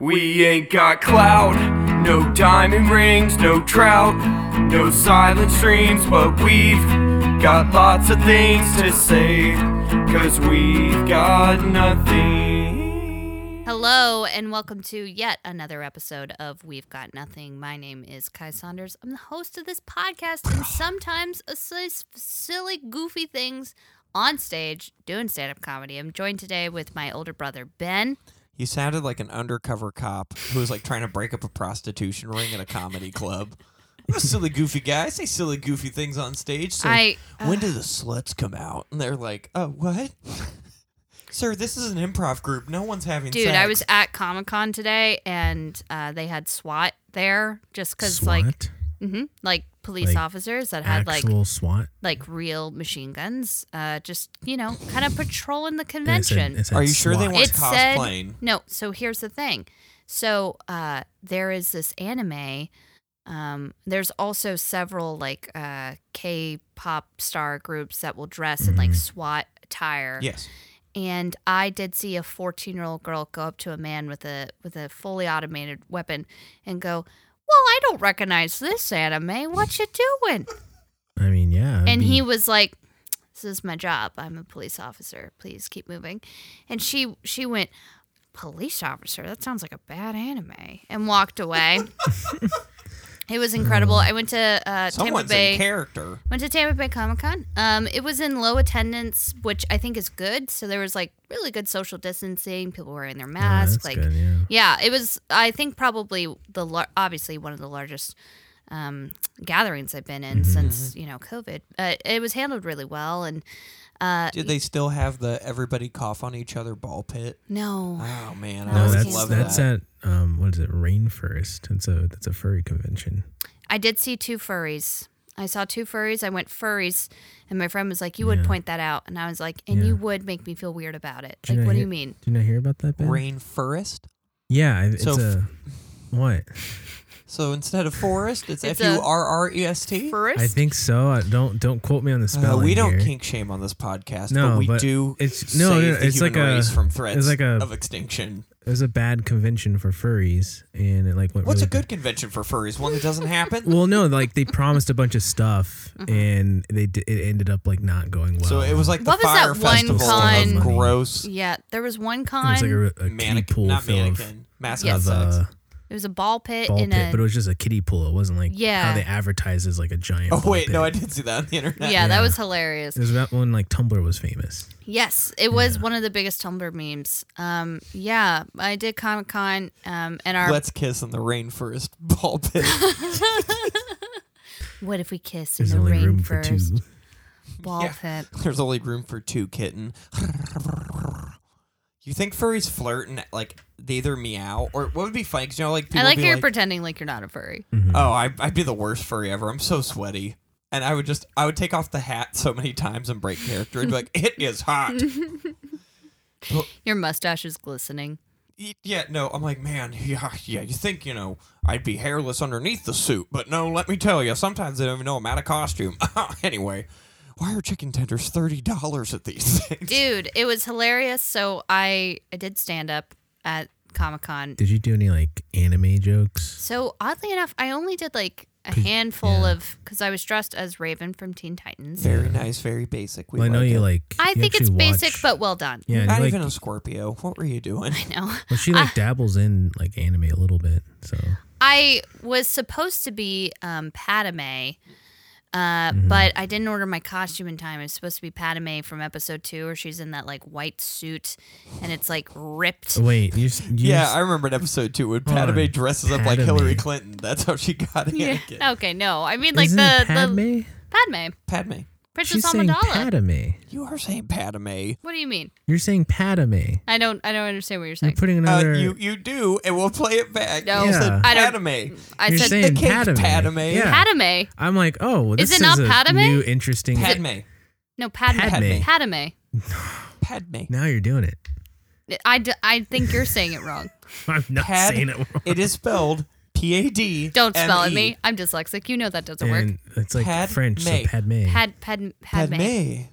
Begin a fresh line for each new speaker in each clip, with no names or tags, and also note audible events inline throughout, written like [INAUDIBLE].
We ain't got clout, no diamond rings, no trout, no silent streams, but we've got lots of things to say, cause we've got nothing.
Hello, and welcome to yet another episode of We've Got Nothing. My name is Kai Saunders. I'm the host of this podcast and sometimes a silly, silly goofy things on stage doing stand up comedy. I'm joined today with my older brother, Ben.
You sounded like an undercover cop who was like trying to break up a prostitution ring at a comedy club. I'm a silly, goofy guy. I say silly, goofy things on stage. So
I- uh,
when do the sluts come out? And they're like, "Oh, what, [LAUGHS] sir? This is an improv group. No one's having
Dude,
sex."
I was at Comic Con today and uh, they had SWAT there just because, like, mhm, like police
Like,
officers that had like
actual SWAT.
like real machine guns, uh, just you know, kind of patrolling the
They said-
convention.
they said
Are you sure they
SWAT.
want-
it
It's
said
cosplaying.
no. So here's the thing. So uh, there is this anime. Um, there's also several like uh, K-pop star groups that will dress in like SWAT attire.
Yes,
And I did see a 14-year-old girl go up to a man with a with a fully automated weapon and go, "Well, I don't recognize this anime. What you doing?"
I mean, yeah. I'd
and
be-
he was like this is my job i'm a police officer please keep moving and she she went police officer that sounds like a bad anime and walked away it was incredible i went to uh, tampa
someone's in
bay
character.
went to tampa bay comic-con um, it was in low attendance which i think is good so there was like really good social distancing people wearing their
Yeah,
masks
Oh, that's
like
good, yeah.
yeah, it was. I think probably the lar- obviously one of the largest um, gatherings I've been in
Mm-hmm,
since you know COVID. Uh, it was handled really well, and uh,
Did they still have the everybody cough on each other ball pit?
no,
Oh man,
No,
I
No,
would
that's
love
that's
that.
at um, what is it? Rainforest. It's a that's a furry convention.
I did see two furries. I saw two furries. I went furries, and my friend was like, "You would
Yeah.
point that out," and I was like, "And
Yeah.
you would make me feel weird about it."
Did
Like,
not
what do
hear-
you mean?
Did you not hear about that? Ben?
rainforest.
Yeah, I- it's
So f-
a what?
So instead of forest, it's
It's
F
a-
U R R E S T.
Furries?
I think so. I, don't don't quote me on the
Uh,
spelling.
we don't
here.
kink shame on this podcast,
No,
but we
but
do.
it's- no,
save
no,
the
it's
human
like a-
race from
it's
threats
like a-
of extinction.
It was a bad convention for furries, and it like went.
What's
really
a good convention for furries? One that doesn't happen.
Well, no, like they promised a bunch of stuff,
Mm-hmm.
and they d- it ended up like not going well.
so it was like the
What was
fire
that one
festival
con-
of gross
yeah, there was one
It was
con.
like
it
a, a kiddie
mannequin,
pool
not
full of-
mannequin, mascot
Yes.
of
sex.
uh,
was a ball pit
ball
in
pit,
a
but it was just a kiddie pool. It wasn't like
Yeah.
how they advertise as like a giant.
oh
ball
wait, no, I
pit.
did see that on the internet.
yeah, that
yeah.
was hilarious.
There's that one like Tumblr was famous.
Yes, it was one of the biggest Tumblr memes. Um, yeah, I did Comic Con, um, and our
Let's kiss in the rainforest ball
[LAUGHS]
pit.
what if we kiss in
There's
the
only room for two.
rainforest ball
Yeah.
pit?
There's only room for two kitten. You think furries flirt and like they either meow or what would be funny? 'cause, you know, like people
I like
be
how you're
like,
pretending like you're not a furry.
Mm.
Oh, I, I'd be the worst furry ever. I'm so sweaty. And I would just, I would take off the hat so many times and break character and be like, it is hot.
Your mustache is glistening.
Y- E, yeah, no, I'm like, man, yeah, yeah, you think, you know, I'd be hairless underneath the suit, but no, let me tell you, sometimes I don't even know I'm out of costume. [LAUGHS] anyway, why are chicken tenders $30 at these [LAUGHS] things?
Dude, it was hilarious. So I I did stand up at Comic Con.
Did you do any like anime jokes?
So oddly enough, I only did like a
Could-
handful
yeah.
of because I was dressed as Raven from Teen Titans.
Very nice, very basic. We
Well, I know
like
you
it.
like.
I
you
think it's
actually
basic
watch-
but well done.
yeah, and you,
Not
like,
even a Scorpio. What were you doing?
No.
well, she like dabbles in like anime a little bit. So
I was supposed to be um, Padme, uh,
Mm-hmm.
but I didn't order my costume in time. It was supposed to be Padme from episode two, where she's in that like white suit and it's like ripped.
wait, you, s- you
[LAUGHS] Yeah,
s-
I remember an episode too when
Hold on.
Padme dresses up like
Padme.
Hillary Clinton. That's how she got
Yeah. Oh.
Anakin.
Okay, no, I mean like
isn't
the
it Padme?
the Padme
Padme.
Princess
She's saying
Amidala.
Padme.
You are saying Padme.
What do you mean?
You're saying Padme.
I don't I don't understand what you're
You're
saying.
putting
Uh,
another.
you you do, and we'll play it back.
No,
you said
Yeah.
I don't-
Padme.
I
you're
said
saying
The cake
Padme.
Padme.
Yeah.
Padme.
I'm like, oh, well,
Is
this
it not
a
Padme?
new interesting.
Padme.
No, Padme.
Padme.
Padme.
Padme.
Now you're doing it.
I, d- I think you're saying it wrong.
I'm
[LAUGHS]
not
Pad-
saying it. Wrong.
It is spelled P P A D.
Don't spell
M
at
E.
me. I'm dyslexic. You know that doesn't work.
and it's like
Pad
French,
May.
so Padme.
Pad, pad, pad,
Padme.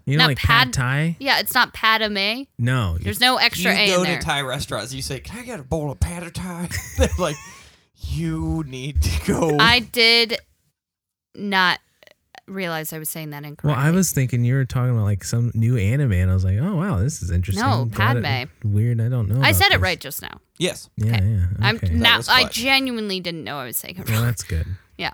you know,
not
like pad,
pad-
Thai.
Yeah, it's not Padme.
No, you-
There's no extra
you
A
go
in there.
to Thai restaurants, you say, "Can I get a bowl of pad Thai?" [LAUGHS] They're like, "You need to go."
I did not realize I was saying that
well,
incorrectly.
I was thinking you were talking about like some new anime, and I was like, oh wow, this is interesting.
No,
Glad it- Weird. I don't know.
I
about
said it
this.
right just now.
yes.
Yeah, yeah.
I'm
okay.
[LAUGHS] now.
was
I
clutch.
genuinely didn't know I was saying it
Well,
wrong.
that's good.
Yeah.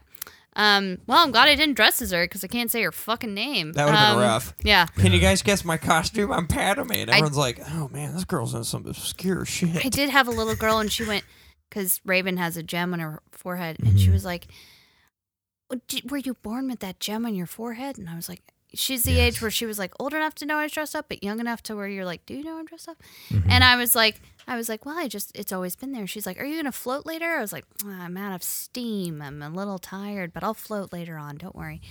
Um. Well, I'm glad I didn't dress as her because I can't say her fucking name.
That would've been
Um,
rough.
Yeah.
Can you guys guess my costume? I'm Padme. And everyone's like, "Oh man, this girl's in some obscure shit."
I did have a little girl, and she went because Raven has a gem on her forehead, and
Mm-hmm.
she was like, "Well, did- "Were you born with that gem on your forehead?" And I was like, "She's the age where she was like old enough to know I was dressed up, but young enough to where you're like, do you know I'm dressed up?"
Mm-hmm.
And I was like. I was like, well, I just, it's always been there. She's like, are you going to float later? I was like, "Ah, I'm out of steam. I'm a little tired, but I'll float later on. Don't worry.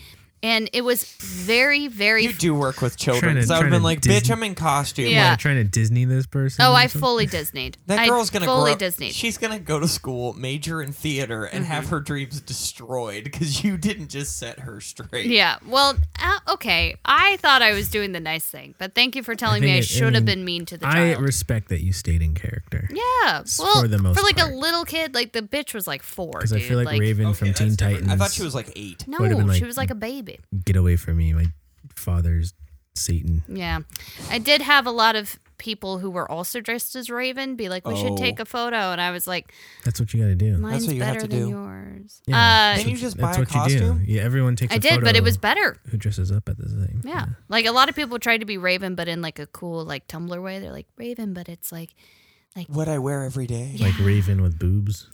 And it was very, very
You do work with children.
Trying to-
so I would have
trying
been
to
like, bitch,
Disney-
I'm in costume.
Yeah.
Like, trying to Disney this person.
Oh,
or
I
something?
fully Disneyed.
Mm-hmm. That girl's
I
gonna
fully
grow up.
Disneyed. Mm-hmm.
She's gonna go to school, major in theater, and have her dreams destroyed because you didn't just set her straight.
yeah. Well, uh, okay. I thought I was doing the nice thing, but thank you for telling
think
me I
it- I
should have
mean,
been mean to the
I
child.
respect that you stayed in character.
yeah. Well,
for the most
like
part.
a little kid, like the bitch was like four.
Because
dude.
I feel like, Raven
Okay,
from
that's
Teen
different.
Titans.
I thought she was like eight.
No,
would've been
she
like-
was like a baby.
Get away from me, my father's Satan.
Yeah. I did have a lot of people who were also dressed as Raven be like, we
Oh.
should take a photo. And I was like,
That's what you got to do.
mine's
what you have
better
to
than
do.
yours.
Yeah,
Uh,
Didn't you just buy
that's
a
what
costume?
you do. Yeah, everyone takes.
I
a
did, but it
photo
was better.
Who dresses up at the thing?
Yeah. Like a lot of people try to be Raven, but in like a cool like Tumblr way. They're like Raven, but it's like
What I wear every day.
Like Raven with boobs.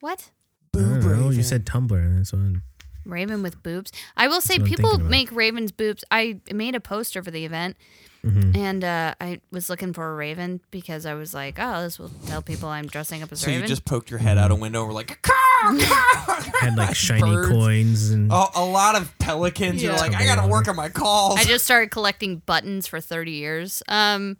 what?
I
Boob
don't know,
Raven.
You said Tumblr, and that's one.
Raven with boobs. I will say
what I'm
people
thinking about.
make Raven's boobs. I made a poster for the event
Mm-hmm.
and uh, I was looking for a Raven because I was like, oh, this will tell people I'm dressing up as
So
Raven.
you just poked your head out a window and were like,
[LAUGHS]
caw, caw.
had like shiny
Birds. Oh.
coins and
A, a lot of pelicans. You're
Yeah.
like, I gotta work on my calls.
I just started collecting buttons for 30 years. Um,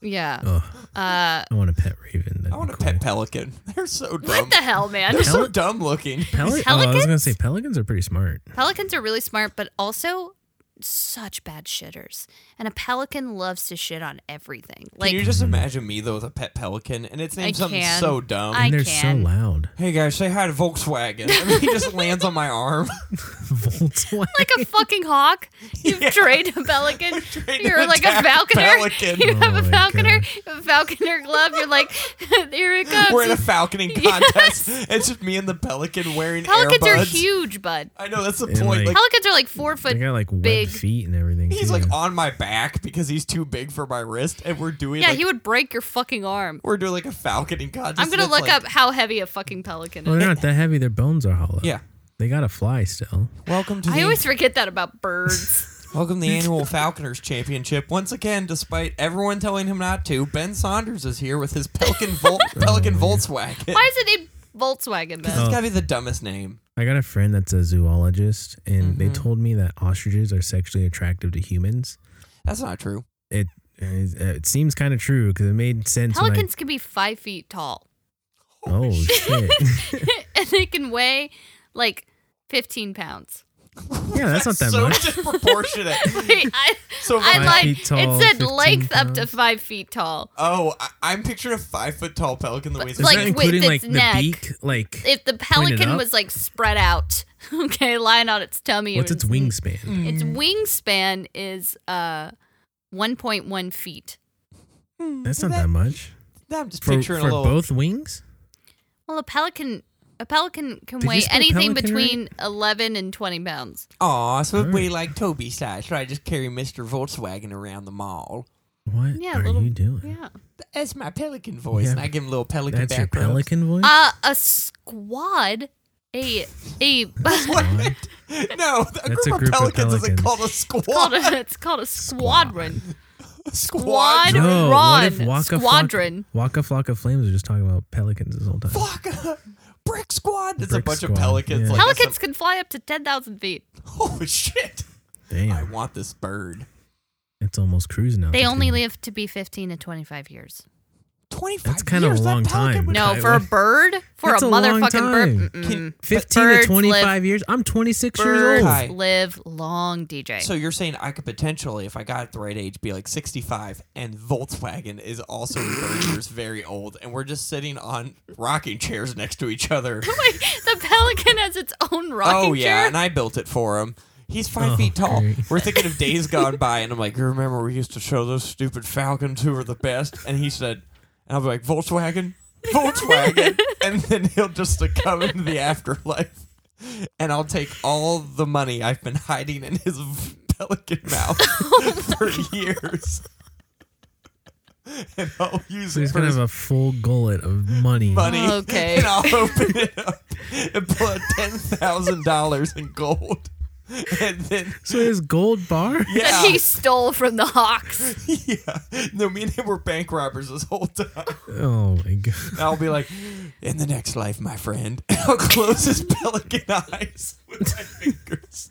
yeah.
Ugh,
Uh,
I want a pet Raven. That'd
I want
be
a
cool.
pet pelican. [LAUGHS] They're so dumb.
what the hell, man?
They're so dumb looking.
Peli- oh, I was gonna say pelicans are pretty smart.
[LAUGHS] Pelicans are really smart, but also such bad shitters. And a pelican loves to shit on everything. Like
Can you
Hmm.
just imagine me though with a pet pelican and it's named
I
something
can.
so dumb?
I
And they're
can.
so
[LAUGHS]
loud.
hey guys, say hi
[LAUGHS]
to Volkswagen. And then he just lands on my arm.
[LAUGHS] Volkswagen.
like
[LAUGHS]
a fucking hawk. You've trained a pelican.
trained
You're
an
like a
attack
falconer.
pelican.
You have
Oh
a
my
falconer, a falconer glove. You're like, [LAUGHS] here it comes.
We're in a falconing contest. It's just me and the pelican wearing
[LAUGHS] Pelicans are
earbuds.
huge, bud.
I know that's the
And,
point.
like-
Like,
Pelicans are like four foot
They got like web
big.
feet and everything.
he's
too.
like on my back because he's too big for my wrist, and we're doing
Yeah,
like
he would break your fucking arm.
we're doing like a falconing contest.
I'm gonna
and it's
look
like-
up how heavy a fucking pelican
Well,
is.
they're
[LAUGHS]
not that heavy. Their bones are hollow.
Yeah.
They gotta fly still.
Welcome to
I
the
always forget that about birds.
[LAUGHS]
[LAUGHS]
welcome to the annual Falconers Championship. Once again, despite everyone telling him not to, Ben Saunders is here with his Pelican
[LAUGHS]
Vol-
Oh,
Pelican
[LAUGHS]
Volkswagen.
Why is it named Volkswagen?
This
Then?
has got to be the dumbest name.
I got a friend that's a zoologist, and they
Mm-hmm.
told me that ostriches are sexually attractive to humans.
That's not true.
It it, it seems kind of true because it made sense. when I-
Pelicans can be five feet tall, [LAUGHS]
oh shit! [LAUGHS]
and they can weigh like 15
[LAUGHS]
pounds.
yeah, that's not that
so [LAUGHS]
much.
disproportionate.
[LAUGHS]
Wait, I,
So
I
five
lied.
feet tall,
it said
15
length up to
pounds.
five feet tall.
Oh, I- I'm picturing a five foot tall pelican that weighs
Is
like,
that
with
including
its
like
neck.
the beak? Like
If the pelican
up?
was like spread out, [LAUGHS] okay, lying on its tummy. it Mm.
what's its
was-
wingspan?
Its wingspan is uh 1.1 feet.
Hmm,
That's not that much
I'm just
for,
picturing
for
a little.
both wings.
Well, a pelican a pelican can
Did you
weigh
spell
anything
pelican right?
between 11 and 20 pounds.
Aw, so we like Toby size, so I just carry Mr. Volkswagen around the mall.
What
Yeah,
are
little-
you doing?
Yeah.
That's my pelican voice,
Yeah.
and I give him little pelican
That's your
back rubs.
pelican voice.
Uh a squad a a
[LAUGHS]
[LAUGHS]
What? [LAUGHS] No, a group,
That's
of,
a group of
pelicans
pelicans.
isn't called a
called
squad.
a, it's called a squadron.
Squad.
Squad.
no, what if
Ron,
Waka
squadron.
Flock, Waka Flock of Flames was just talking about pelicans this whole time?
Fuck. uh, Brick squad. It's a
Brick
bunch of
squad,
pelicans.
yeah.
Like that's
Pelicans can fly up to 10,000 feet.
a- [LAUGHS] oh shit! I
Damn,
want this bird.
it's almost cruising now.
They only live to be 15 to 25 years.
25
That's kind of
years,
a
that
long
pelican
time.
would-
No,
Tyler.
for a bird, for
That's
a
a long
motherfucking
time.
bird.
Can-
mm-mm.
15
Birds
to 25
live-
years. I'm 26 years
Birds
old.
Hi.
live long, DJ. [LAUGHS]
So you're saying I could potentially, if I got it the right age, be like 65, and Volkswagen is also in third years very old, and we're just sitting on rocking chairs next to each other.
Wait, the pelican has its own rocking
oh yeah,
chair.
and I built it for him. He's five
Oh,
feet tall.
great.
We're thinking of days gone by, and I'm like, you remember we used to show those stupid Falcons who were the best? And he said, and I'm like, Volkswagen,
[LAUGHS]
Volkswagen, and then he'll just come into the afterlife, and I'll take all the money I've been hiding in his
[LAUGHS]
pelican mouth
Oh,
for years, and I'll use
So
it
he's
for
gonna
his
have a full gullet of money.
money.
Okay.
[LAUGHS] And I'll open it up and pull out ten thousand dollars in gold. And then
So [LAUGHS] his gold bar.
[LAUGHS] That he
yeah,
stole from the hawks.
yeah. No, me and him were bank robbers this whole time.
Oh my [LAUGHS] god.
And I'll be like, in the next life, my friend. [LAUGHS] And I'll close his pelican eyes [LAUGHS] with my fingers.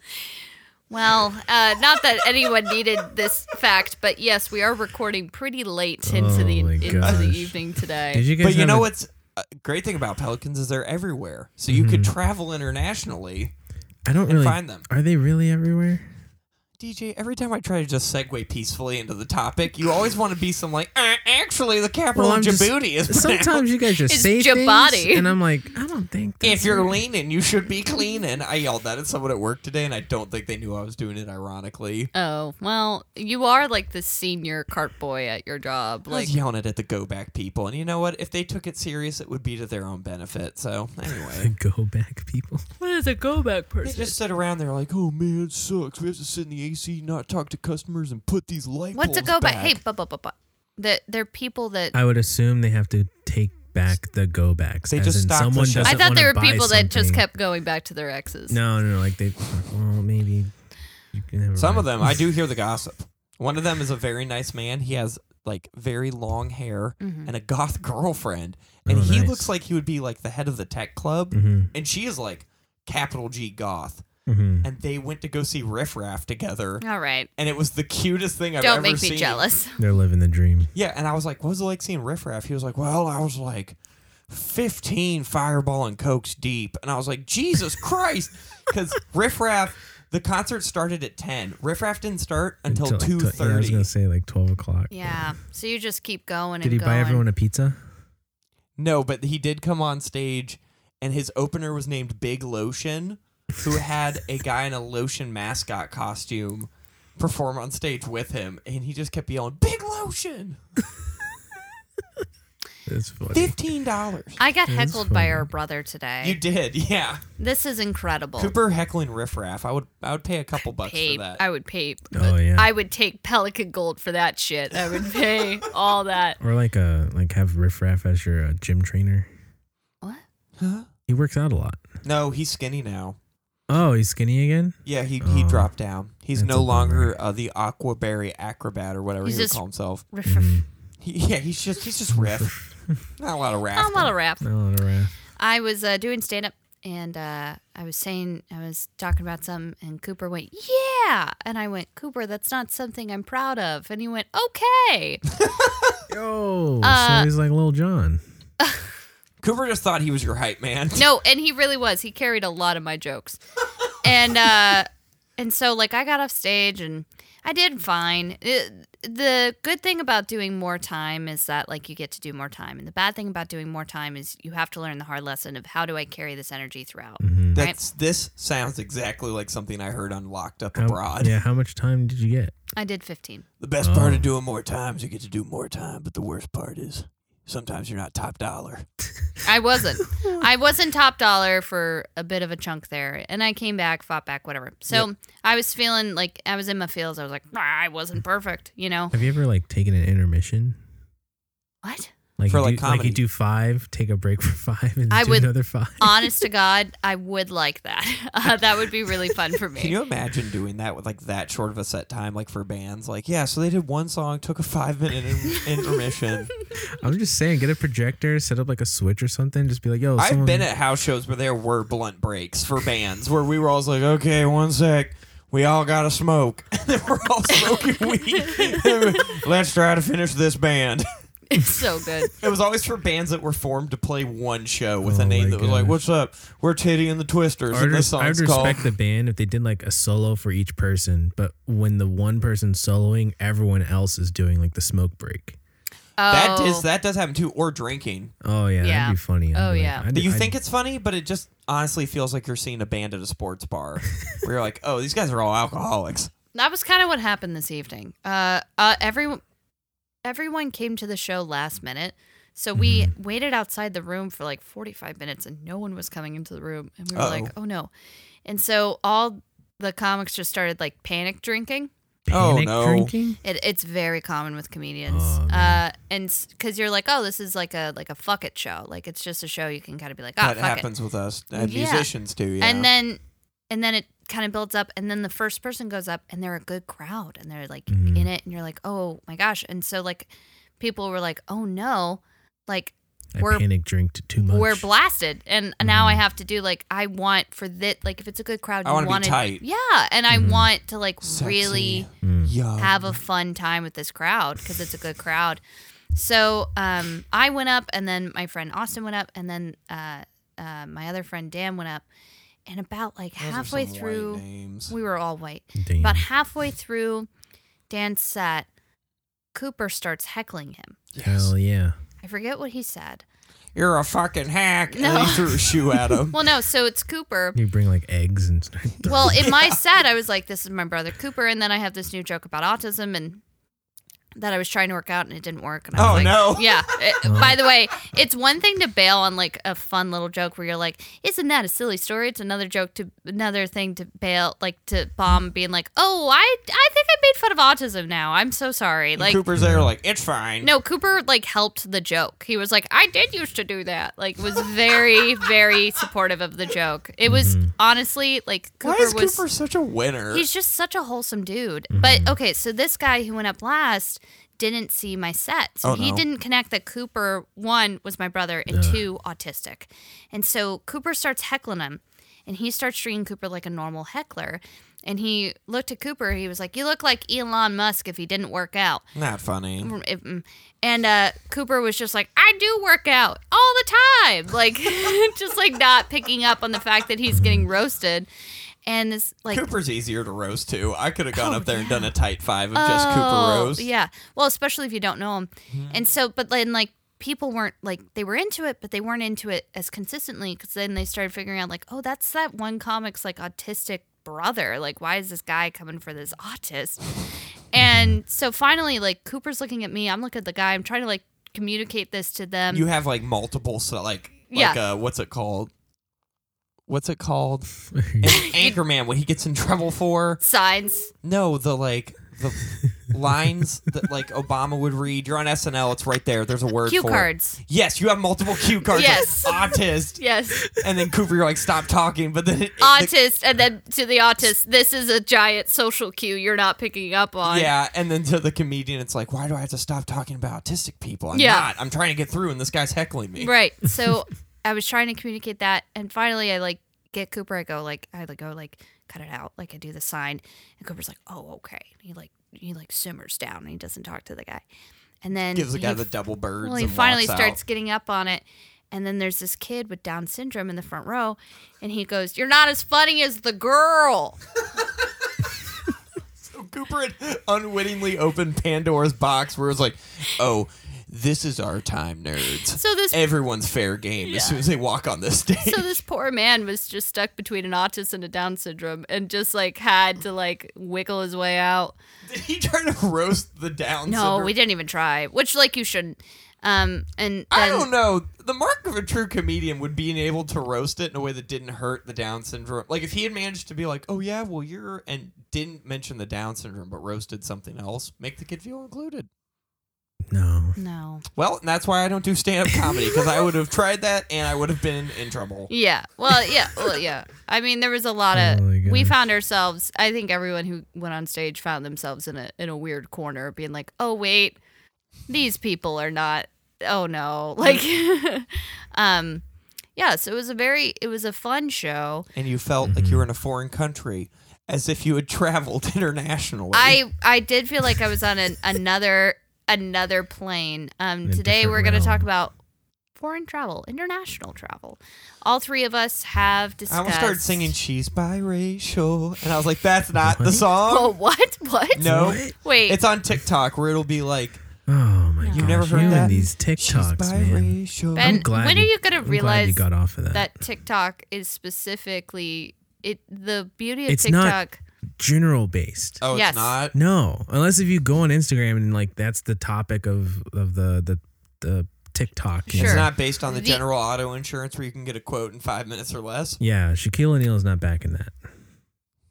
Well, uh, not that anyone needed this fact, but yes, we are recording pretty late into
Oh
the
my
into
gosh.
the evening today.
Did you guys?
But you
have
know
a-
what's a great thing about pelicans is they're everywhere, so you
Mm-hmm.
could travel internationally.
I don't really
find them?
Are they really everywhere?
DJ, every time I try to just segue peacefully into the topic, you always want to be some like, "Uh, actually, the capital of
just-
Djibouti is [LAUGHS] pronounced
sometimes you guys just
It's
say
Djibouti.
things, and I'm like, I don't think.
If
That's
you're leaning, you should be cleaning. I yelled that at someone at work today, and I don't think they knew I was doing it ironically.
Oh well, you are like the senior cart boy at your job.
I
Like
was yelling it at the go back people, and you know what? If they took it serious, it would be to their own benefit. So [LAUGHS]
the
anyway,
go back people.
what is a go back
they
person?
just sit around there like, "Oh man, it sucks. We have to sit in the AC, not talk to customers, and put these light
What's a
bulbs
go back?
back."
Hey, bu- bu- bu- bu- that they're people that
I would assume they have to take back the go backs.
They
as
just
in
stock the
someone
shelf.
I
doesn't
thought
wanna
there were
buy
people that just
something.
kept going back to their exes.
No, no, like they. Well, maybe. you can- never
Some of
mind.
them, I do hear the gossip. One of them is a very nice man. He has like very long hair
Mm-hmm.
and a goth [LAUGHS] girlfriend, and
Oh,
he
nice.
looks like he would be like the head of the tech club,
Mm-hmm,
and she is like capital G goth.
Mhm.
And they went to go see Riff Raff together,
All right,
and it was the cutest thing I've
don't
ever
make me
seen. [LAUGHS]
jealous.
They're living the dream.
Yeah, and I was like, "What was it like seeing Riff Raff?" He was like, "Well, I was like." 15 fireball and cokes deep and i was like jesus christ
[LAUGHS]
because riff raff the concert started at 10 riff raff didn't start until
Till, like, tw- yeah, I was
2.30
gonna say like twelve o'clock.
Yeah, so you just keep going
Did
and
he
going.
buy everyone a pizza?
No, but he did come on stage, and his opener was named Big Lotion, who had a guy in a lotion mascot costume perform on stage with him, and he just kept yelling, "Big Lotion,
It's funny.
fifteen dollars."
I got
That's
heckled by
funny.
our brother today.
You did, yeah.
this is incredible.
Cooper heckling riffraff. I would, I would pay a couple bucks
pay,
for that.
I would pay.
Oh, yeah.
I would take Pelican Gold for that shit. I would pay
[LAUGHS]
all that.
Or like a like have Riff Raff as your uh, gym trainer.
What?
Huh?
He works out a lot.
No, he's skinny now.
Oh, he's skinny again.
Yeah, he, he
Oh.
dropped down. He's
That's a
no
bummer.
longer uh, the Aquaberry acrobat or whatever
He's
he would
just-
call himself.
Riff-
Mm-hmm.
He, yeah, he's just he's just riff.
[LAUGHS]
Not a lot of raff.
I'm not a rap.
No, on a raft.
I was uh, doing stand up and uh, I was saying, I was talking about something, and Cooper went, Yeah. And I went, Cooper, that's not something I'm proud of. And he went, Okay.
Yo,
Uh,
Oh, so he's like Little John.
Cooper just thought he was your hype man.
[LAUGHS] no, and he really was. He carried a lot of my jokes. And, uh, and so, like, I got off stage and I did fine. It- the good thing about doing more time is that, like, you get to do more time. And the bad thing about doing more time is you have to learn the hard lesson of how do I carry this energy throughout.
That's this sounds exactly like something I heard on Locked Up
How-
Abroad.
Oh, Yeah, how much time did you get?
I did 15.
The best part of doing more time is you get to do more time, but the worst part is sometimes you're not top dollar.
I wasn't. I wasn't top dollar for a bit of a chunk there, and I came back, fought back, whatever. So I was feeling like I was in my feels. I was like, "Ah, I wasn't perfect, you know.
Have you ever like taken an intermission?
What?
Like
For,
you
like,
do,
comedy. uh,
you do five, take a break for [LAUGHS] five, and then
I
do
would-
another five. [LAUGHS]
Honest to God, I would like that. [LAUGHS] Uh, that would be really fun for me.
[LAUGHS] Can you imagine doing that with like that short of a set time, like for bands? Like, yeah, so they did one song, took a five minute in- intermission.
I'm just saying, get a projector, set up like a switch or something. Just be like, yo,
I've
someone,
been at house shows where there were blunt breaks for bands where we were always like, okay, one sec. We all got to [LAUGHS] smoke. And then we're all smoking weed. Let's try to finish this band.
It's so good.
It was always for bands that were formed to play one show with
Oh
a name
my
that was like,
gosh.
"What's up? We're Titty and the Twisters,"
I would,
and this
res- I would
song's
respect
called.
the band if they did like a solo for each person, but when the one person's soloing, everyone else is doing like the smoke break.
Oh,
That is that does happen too, or drinking.
Oh yeah,
Yeah.
that'd be funny. I'd
Oh,
be like,
yeah.
I'd-
But you
I'd-
think it's funny, but it just honestly feels like you're seeing a band at a sports
[LAUGHS]
bar, where you're like, "Oh, these guys are all alcoholics."
that was kind of what happened this evening. Uh, uh, everyone, everyone came to the show last minute, so we
Mm-hmm.
waited outside the room for like forty-five minutes, and no one was coming into the room, and we were like, "Oh no!" And so all the comics just started like panic drinking.
Oh,
panic
no.
drinking?
It, it's very common with comedians,
Oh,
uh, and because you're like, "Oh, this is like a like a fuck it show. Like it's just a show you can kind of be like, ah,
that
fuck it."
happens with us and
Yeah.
musicians too. Yeah.
and then and then it kind of builds up and then the first person goes up and they're a good crowd and they're like
Mhm.
in it and you're like oh my gosh and so like people were like oh no like
I
We're-
panic drinked too much.
we're blasted and now i have to do like i want for that like if it's a good crowd
I
you
wanna be
wanna-
tight.
yeah and i
Mhm.
want to like
Sexy.
really
Mm.
Young.
have a fun time with this crowd because it's a good crowd. So um, I went up, and then my friend Austin went up, and then uh, uh, my other friend Dan went up. And about like
Those are
halfway
some white
through,
names.
we were all white.
Damn.
About halfway through Dan's set, Cooper starts heckling him.
Hell yeah.
I forget what he said.
You're a fucking hack. And
No.
he threw a shoe at him.
Well, no, so it's
[LAUGHS]
Cooper.
You bring like eggs and start
[LAUGHS] Well, in my set, I was like, this is my brother Cooper. And then I have this new joke about autism and that I was trying to work out and it didn't work. And I was
Oh,
[LAUGHS] like,
no.
Yeah. It- by the way, it's one thing to bail on like a fun little joke where you're like, isn't that a silly story? It's another joke to another thing to bail, like to bomb being like, oh, I, I think I made fun of autism now. I'm so sorry.
And
Like,
Cooper's there, like it's fine.
no, Cooper like helped the joke. He was like, I did used to do that. Like, was very, very supportive of the joke. It was honestly like Cooper
Why is
was.
Cooper such a winner?
He's just such a wholesome dude.
Mm-hmm.
But okay, so this guy who went up last didn't see my set. So
Oh,
he
no.
didn't connect that Cooper, one, was my brother, and two, autistic. And so Cooper starts heckling him, and he starts treating Cooper like a normal heckler. And he looked at Cooper, he was like, You look like Elon Musk if he didn't work out.
Not funny.
If- mm. And uh, Cooper was just like, I do work out all the time. Like, [LAUGHS] just like not picking up on the fact that he's getting roasted. And this, like,
Cooper's easier to roast too. I could have gone
Oh,
up there and
yeah. Oh,
done a tight five of just Cooper roast.
Yeah. Well, especially if you don't know him. And so, but then like people weren't like they were into it, but they weren't into it as consistently because then they started figuring out like, oh, that's that one comic's like autistic brother. Like, why is this guy coming for this autist?
Mm-hmm.
and so finally, like Cooper's looking at me. I'm looking at the guy. I'm trying to like communicate this to them.
You have like multiple, so like like uh, what's it called? What's
[LAUGHS]
it called? In Anchorman, what he gets in trouble for?
Signs.
No, the like
[LAUGHS]
the lines that like Obama would read. You're on SNL. It's right there. There's a word
Cue
for it.
cards.
Yes, you have multiple cue cards. like,
Yes. [LAUGHS]
autist, [LAUGHS]
Yes.
and then Cooper, you're like, stop talking. But then it, it-
Autist, and then to the autist, this is a giant social cue you're not picking up on.
Yeah, and then to the comedian, it's like, why do I have to stop talking about autistic people? I'm
Yeah.
not. I'm trying to get through, and this guy's heckling [LAUGHS] me.
Right. So I was trying to communicate that, and finally I like get Cooper. I go like I like go like cut it out. Like I do the sign, and Cooper's like, "Oh, okay." And he like he like simmers down and he doesn't talk to the guy, and then
Gives the
he
guy
f-
the double birds.
well, he
and
finally
walks
starts
Out.
getting up on it. And then there's this kid with Down syndrome in the front row, and he goes, "You're not as funny as the
[LAUGHS]
girl."
So [LAUGHS] Cooper had unwittingly opened Pandora's box, where it's like, oh, this is our time, nerds.
So this
Everyone's fair game as soon as they walk on this stage. [LAUGHS]
so this poor man was just stuck between an autism and a Down syndrome, and just like had to like wiggle his way out.
Did he try to roast the down?
No,
syndrome?
we didn't even try. Which, like, you shouldn't. Um, and
I
then-
don't know. The mark of a true comedian would being able to roast it in a way that didn't hurt the Down syndrome. Like if he had managed to be like, "Oh yeah, well you're," and didn't mention the Down syndrome, but roasted something else, make the kid feel included.
[LAUGHS] no.
No.
Well, and that's why I don't do stand up comedy because I would have tried that and I would have been in trouble.
Yeah. Well, yeah. Well, yeah. I mean, there was a lot of.
Oh my
we
gosh.
found ourselves. I think everyone who went on stage found themselves in a in a weird corner, being like, "Oh wait, these people are not. Oh no!" [LAUGHS] Like, um, yeah. So it was a very. It was a fun show.
And you felt like you were in a foreign country, as if you had traveled [LAUGHS] internationally.
I I did feel like I was on an, another another plane. Um,
In a
today
different
we're going to talk
realm.
about foreign travel, international travel. All three of us have discussed.
I almost
[LAUGHS]
started singing "She's Biracial," and I was like, "That's not the song."
Oh, what? What?
No,
Wait.
it's on TikTok where it'll be like,
Oh my gosh.
"You've never heard
you
that."
and these
She's
TikToks, man.
biracial.
Ben,
I'm glad
when are you
I'm
gonna
glad you
realize
got off of that?
that TikTok is specifically it. The beauty of
It's not-
TikTok.
General based.
oh,
yes.
it's not.
No, unless if you go on Instagram and like that's the topic of of the the the TikTok.
Sure.
It's not based on the,
The-
general auto insurance where you can get a quote in five minutes or less.
Yeah, Shaquille O'Neal is not back in that.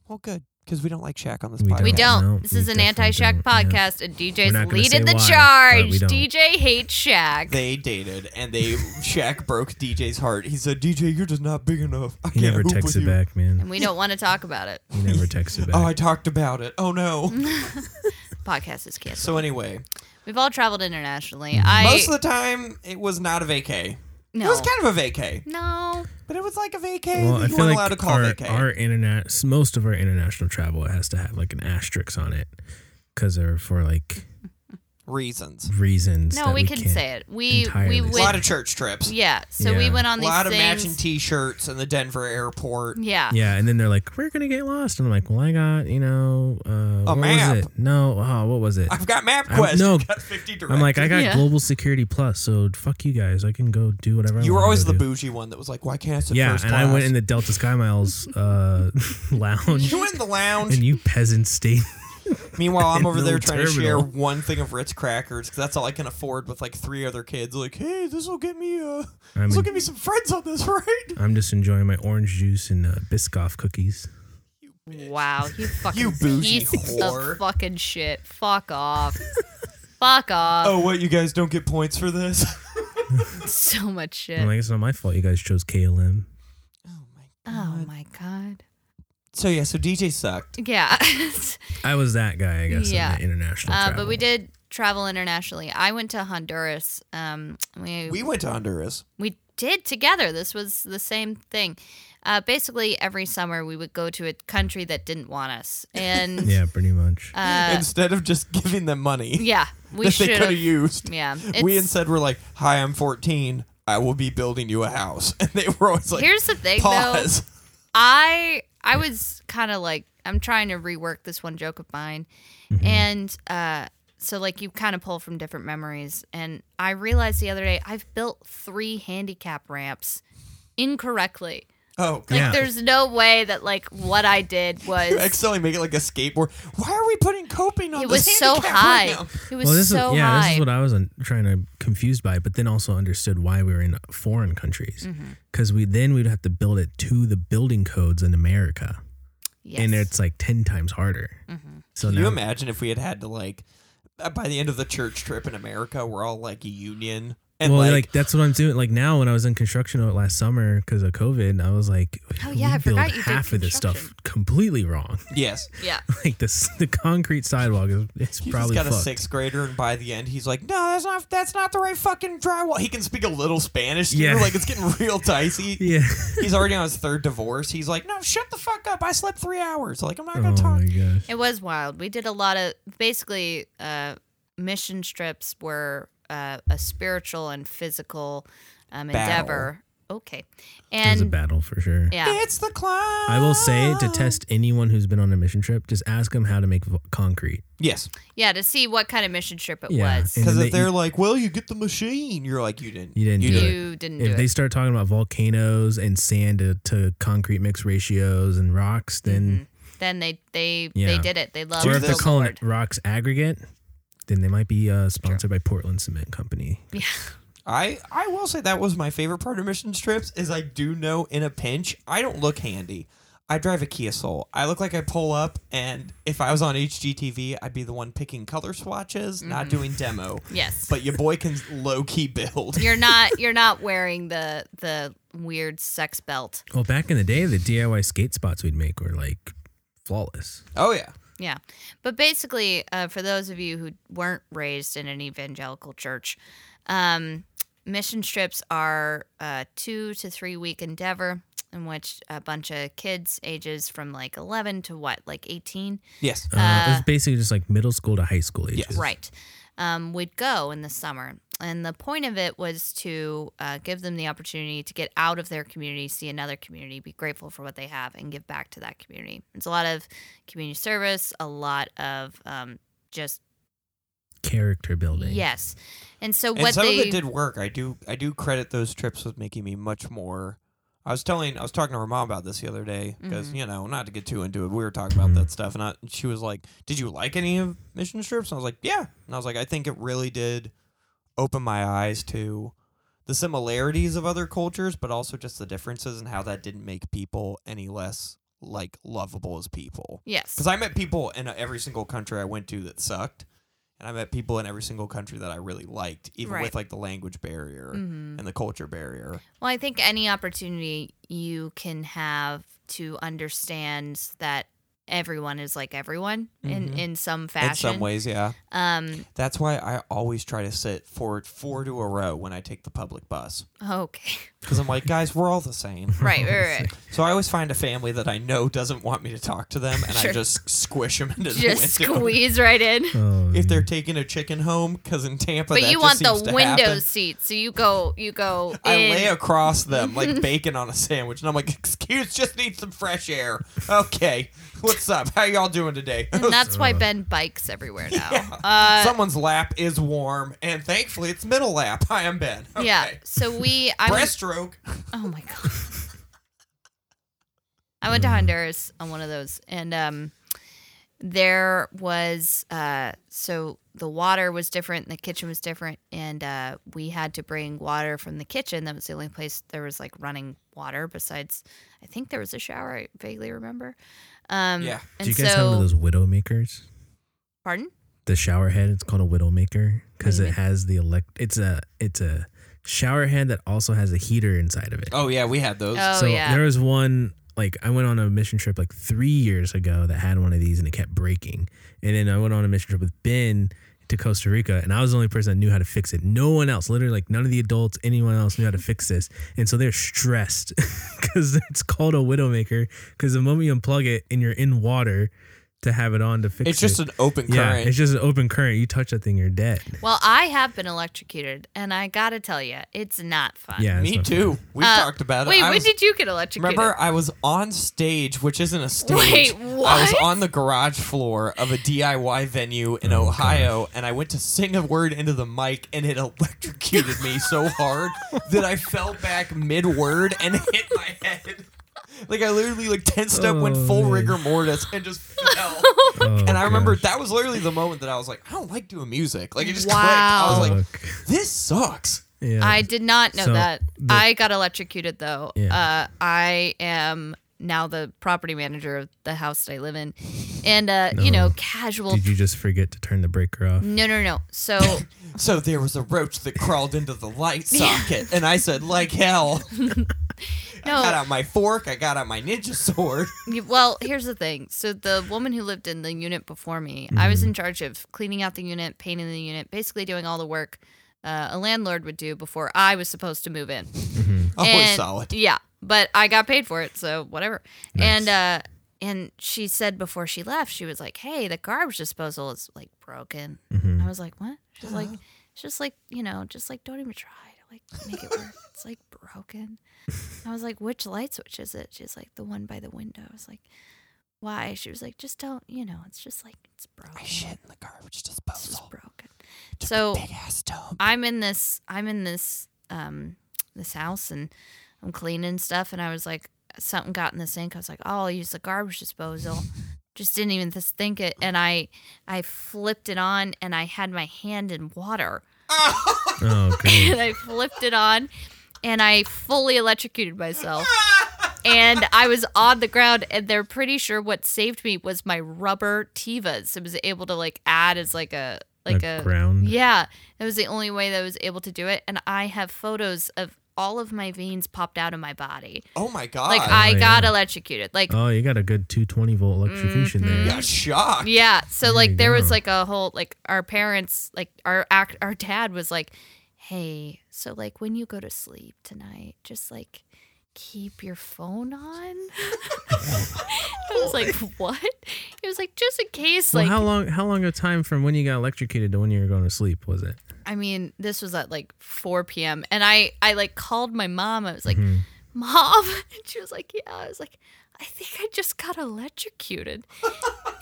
Well, good because we don't like Shaq on this
We
podcast.
we
No,
don't.
no,
this
we
is an
definitely
anti-Shaq
don't, yeah.
podcast, and
We're not
DJ's
gonna
leading
say
the
why, but
charge.
we don't.
DJ hates Shaq.
They dated and [LAUGHS] they Shaq broke DJ's heart. He said, "DJ, you're just not big enough. I
He
can't
never
hoop with
texted
you."
back, man.
and we don't want to talk about it.
He never texted back.
Oh, I talked about it. Oh no.
[LAUGHS] Podcast is canceled.
so anyway,
We've all traveled internationally. I
most of the time it was not a vacay.
no.
It was kind of a vacay,
no.
but it was like a vacay
well,
that
I
you
feel
weren't
like
allowed to call
our,
vacay.
our internet, most of our international travel has to have like an asterisk on it because they're for like
Reasons.
reasons.
No,
that
we,
we
can
can't-
say it. We
entirely
we
say
A lot
went.
of church trips.
Yeah. So we
Yeah.
went
A
on these
lot of
things.
matching T-shirts in the Denver airport.
yeah.
Yeah, and then they're like, "We're gonna get lost," and I'm like, "Well, I got you know, uh, what
map.
was it? No, oh, what was it?
I've got MapQuest.
I'm-
[LAUGHS]
no.
I've got 50 direct.
I'm like, I got
Yeah.
Global Security Plus, so fuck you guys. I can go do whatever. I
you were
wanna
always
go
the
do.
bougie one that was like, "Why can't I sit
Yeah,
first
and I went
class?"
in the Delta
[LAUGHS]
Sky Miles uh, lounge,
You went in the lounge.
and you peasants stayed.
[LAUGHS]
[LAUGHS]
Meanwhile, I'm
in
over
the
there
little
trying to share
terminal.
one thing of Ritz crackers because that's all I can afford with like three other kids. Like, hey, this will get me uh,
I
this will
mean-
get me some friends on this, [LAUGHS] right?
I'm just enjoying my orange juice and uh, Biscoff cookies.
Wow.
[LAUGHS]
You fucking
You bougie
piece
whore.
of fucking shit. Fuck off. Fuck off.
[LAUGHS] Oh, what? You guys don't get points for this? [LAUGHS]
So much shit.
I'm like, it's not Oh my fault. You guys chose KLM.
oh my god.
so yeah, so DJ sucked.
Yeah. [LAUGHS]
I was that guy, I guess.
Yeah.
in the international.
uh,
travel.
but we did travel internationally. I went to Honduras. Um, we
We went to Honduras.
we did together. This was the same thing. Uh, basically, every summer we would go to a country that didn't want
[LAUGHS]
us, and
Yeah, pretty much.
uh,
Instead of just [LAUGHS] giving them money
yeah, we
that they
should
could have
have.
used,
Yeah,
we
it's-
instead were like, "Hi, I'm 14. I will be building you a house," [LAUGHS] and they were always like,
Here's the thing, though.
[LAUGHS]
"Pause." [LAUGHS]
I I was kind of like I'm trying to rework this one joke of mine,
Mm-hmm.
and uh, so like you kind of pull from different memories. And I realized the other day I've built three handicap ramps incorrectly.
Oh,
Like
God.
Yeah.
there's no way that like what I did was
accidentally make it like a skateboard. Why are we putting coping on
it
this
was so
handicap
high.
ramp?
It was
this
so
is yeah,
high.
this is what I was un- trying to confused by, but then also understood why we were in foreign countries
Mm-hmm.
because we then we'd have to build it to the building codes in America,
yes. Mm-hmm.
and it's like ten times harder. So
Can you
now,
imagine if we had had to like uh, by the end of the church trip in America, we're all like union and
well, like,
like,
that's what I'm doing. Like now, when I was in construction last summer because of COVID, I was like,
Oh, yeah,
we
I
built
forgot you did
half of this stuff
construction.
completely wrong. [LAUGHS]
yes.
yeah.
like this, the concrete sidewalk is it's
He's
probably
got a
fucked.
sixth grader, and by the end, he's like, "No, that's not that's not the right fucking drywall." He can speak a little Spanish. Yeah,
Yeah.
like it's getting real dicey.
[LAUGHS] Yeah.
He's already on his third divorce. He's like, "No, shut the fuck up! I slept three hours. Like I'm not
oh
gonna talk."
my gosh.
It was wild. We did a lot of basically uh, mission trips were uh, a spiritual and physical um,
Battle.
endeavor. Okay,
It was a
and
battle for sure.
yeah,
It's the climb.
I will say to test anyone who's been on a mission trip, just ask them how to make v- concrete.
Yes,
yeah, to see what kind of mission trip it
Yeah,
was.
and
because
then
if
they-
they, are like, "Well, you get the machine," you're like, "You didn't.
You didn't do it.
You didn't do
if they
it.
start talking about volcanoes and sand to, to concrete mix ratios and rocks, then
Then they they they
Yeah.
did it. They loved
or if
the
they're calling
Lord.
it rocks aggregate, then they might be uh, sponsored by Portland Cement Company.
Yeah.
I I will say that was my favorite part of mission trips is I do know in a pinch I don't look handy. I drive a Kia Soul. I look like I pull up, and if I was on HGTV, I'd be the one picking color swatches, not doing demo.
Mm. [LAUGHS] Yes.
But your boy can low key build.
You're not you're not wearing the the weird sex belt.
Well, back in the day, the DIY skate spots we'd make were like flawless.
Oh yeah,
Yeah. But basically, uh, for those of you who weren't raised in an evangelical church, um, mission trips are a two to three week endeavor in which a bunch of kids, ages from like 11 to what, like 18?
yes.
Uh, it was basically just like middle school to high school ages.
Yes.
Uh, Right. um, would go in the summer. And the point of it was to uh, give them the opportunity to get out of their community, see another community, be grateful for what they have, and give back to that community. It's a lot of community service, a lot of um, just
Character building.
yes. And so
and
what
some
they
of it did work. I do I do credit those trips with making me much more. I was telling I was talking to her mom about this the other day because
Mm-hmm.
you know not to get too into it. We were talking about
Mhm.
that stuff, and I, she was like, "Did you like any of mission trips?" And I was like, "Yeah," and I was like, "I think it really did open my eyes to." The similarities of other cultures, but also just the differences and how that didn't make people any less like lovable as people.
yes,
Because I met people in every single country I went to that sucked, and I met people in every single country that I really liked, even
Right.
with like the language barrier
Mhm.
and the culture barrier.
Well, I think any opportunity you can have to understand that everyone is like everyone in,
Mhm.
in some fashion.
In some ways, yeah.
Um,
That's why I always try to sit for four to a row when I take the public bus,
okay. [LAUGHS]
because I'm like, guys, we're all the same.
Right, right, right.
So I always find a family that I know doesn't want me to talk to them, and
Sure.
I just squish them into the
[LAUGHS]
[LAUGHS]
Just
window.
squeeze right
[LAUGHS]
in.
Oh,
If they're taking a chicken home, because in Tampa,
But
that
you want
just seems
the
to
window
happen.
seat, so you go you go
[LAUGHS] I
in.
lay across
[LAUGHS]
them like bacon on a sandwich, and I'm like, "Excuse, just need some fresh air." Okay, what's up? How y'all doing today? [LAUGHS]
and that's why Ben bikes everywhere now. Uh,
Someone's lap is warm, and thankfully, it's middle lap. Hi, I'm Ben. Okay.
Yeah. So we I was
breaststroke.
Oh my god. I
Mm.
went to Honduras on one of those and um there was uh so the water was different, the kitchen was different and uh we had to bring water from the kitchen. That was the only place there was like running water besides I think there was a shower, I vaguely remember. Um
Yeah.
and
do you guys
so
have one of those widow makers?
pardon?
The shower head. It's called a widow maker because
do you
it
mean?
has the elect. It's a it's a shower head that also has a heater inside of it.
Oh yeah, we had those.
Oh
so
yeah.
there was one like I went on a mission trip like three years ago that had one of these and it kept breaking. And then I went on a mission trip with Ben to Costa Rica and I was the only person that knew how to fix it. No one else, literally like none of the adults, anyone else knew how to fix this. And so they're stressed [LAUGHS] because it's called a widowmaker. Because the moment you unplug it and you're in water to have it on to fix
it's just
it.
an open
yeah,
current.
it's just an open current. You touch that thing, you're dead.
Well, I have been electrocuted and I got to tell you, it's not fun.
Yeah, it's
Me
not-
too. [LAUGHS] We
Uh,
talked about it.
Wait,
I
when
was-
did you get electrocuted?
Remember, I was on stage, which isn't a stage.
Wait,
I was
what?
on the garage floor of a DIY venue in
Oh,
Ohio, and I went to sing a word into the mic, and it electrocuted me so hard that I fell back mid word and hit my head. Like I literally like tensed up, went
Oh,
full
man.
rigor mortis, and
[LAUGHS]
just fell.
Oh,
and I remember
gosh.
that was literally the moment that I was like, I don't like doing music. Like it just
Wow.
clicked. I was like,
Fuck.
this sucks.
yeah.
I did not know
So,
that.
the-
I got electrocuted though.
Yeah.
Uh, I am now the property manager of the house that I live in, and uh, you know,
No.
casual.
Did you just forget to turn the breaker off?
no, no, no. So
[LAUGHS]
So there was a roach that crawled into the light socket, and I said, like hell. I got
no.
out my fork. I got out my ninja sword. [LAUGHS]
you- Well, here's the thing. So the woman who lived in the unit before me, I
Mm-hmm.
was in charge of cleaning out the unit, painting the unit, basically doing all the work uh, a landlord would do before I was supposed to move in.
Mm-hmm,
Always
And-
solid.
Yeah, but I got paid for it, so whatever.
Nice.
And uh and she said before she left, she was like, "Hey, the garbage disposal is like broken."
mm-hmm.
[LAUGHS] I was like, "What?" She's like, "It's just like you know, just like don't even try to like make it work. it's like broken." I was like, "Which light switch is it?" She's like, "The one by the window." I was like, "Why?" She was like, "Just don't, you know, it's just like it's broken. It's
in the garbage
just
disposal.
broken." So
ass dump.
I'm in this I'm in this um this house and I'm cleaning stuff and I was like something got in the sink. I was like, Oh, I'll use the garbage disposal. Just didn't even just think it and I I flipped it on and I had my hand in water [LAUGHS]
Oh, great.
and I flipped it on and I fully electrocuted myself. And I was on the ground, and they're pretty sure what saved me was my rubber Tivas. It was able to like add as like a like a,
ground.
yeah, that was the only way that I was able to do it. And I have photos of all of my veins popped out of my body.
Oh my god.
Like I
Oh,
got
yeah.
electrocuted. Like
Oh, you got a good 220 volt electrocution
Mm-hmm.
there.
got shocked.
yeah. So
There
like
you
there was
go.
like a whole like our parents like our act our dad was like, hey, so like when you go to sleep tonight, just like keep your phone on? [LAUGHS] I was like, what? He was like, just in case,
Well,
like,
how long? How long a time from when you got electrocuted to when you were going to sleep was it?
I mean, this was at like 4 p.m. And I, I like called my mom. I was like, mom. [LAUGHS] And she was like, yeah. I was like, I think I just got electrocuted.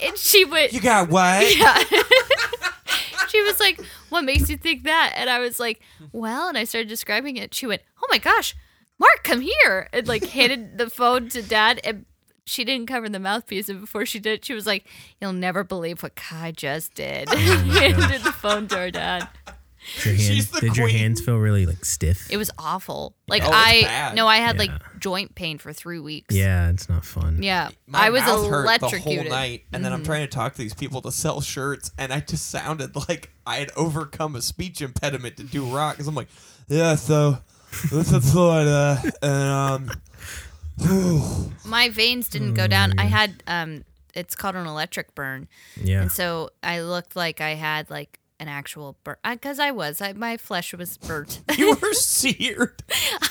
and she went,
You got what?
[LAUGHS] yeah. [LAUGHS] she was like, what makes you think that? And I was like, well, and I started describing it. She went, oh my gosh, Mark, come here. And like handed the phone to dad. And she didn't cover the mouthpiece. And before she did, she was like, you'll never believe what Kai just did. [LAUGHS] handed the phone to her dad.
Did your,
[LAUGHS]
hand-
She's the
did your
queen.
hands feel really like stiff?
It was awful. Like
Oh, it's
I
bad.
no, I had
Yeah.
like joint pain for three weeks.
yeah, it's not fun.
Yeah.
My
I was
mouth hurt the
electrocuted.
whole night, and then I'm trying to talk to these people to sell shirts, and I just sounded [LAUGHS] like I had overcome a speech impediment to do rock. Because I'm like, yeah, so this is Florida, and um, [SIGHS] whew."
My veins didn't
Oh,
go down. I had um it's called an electric burn.
Yeah.
And so I looked like I had like an actual burn because I was. I, my flesh was burnt. [LAUGHS]
you were [LAUGHS] seared.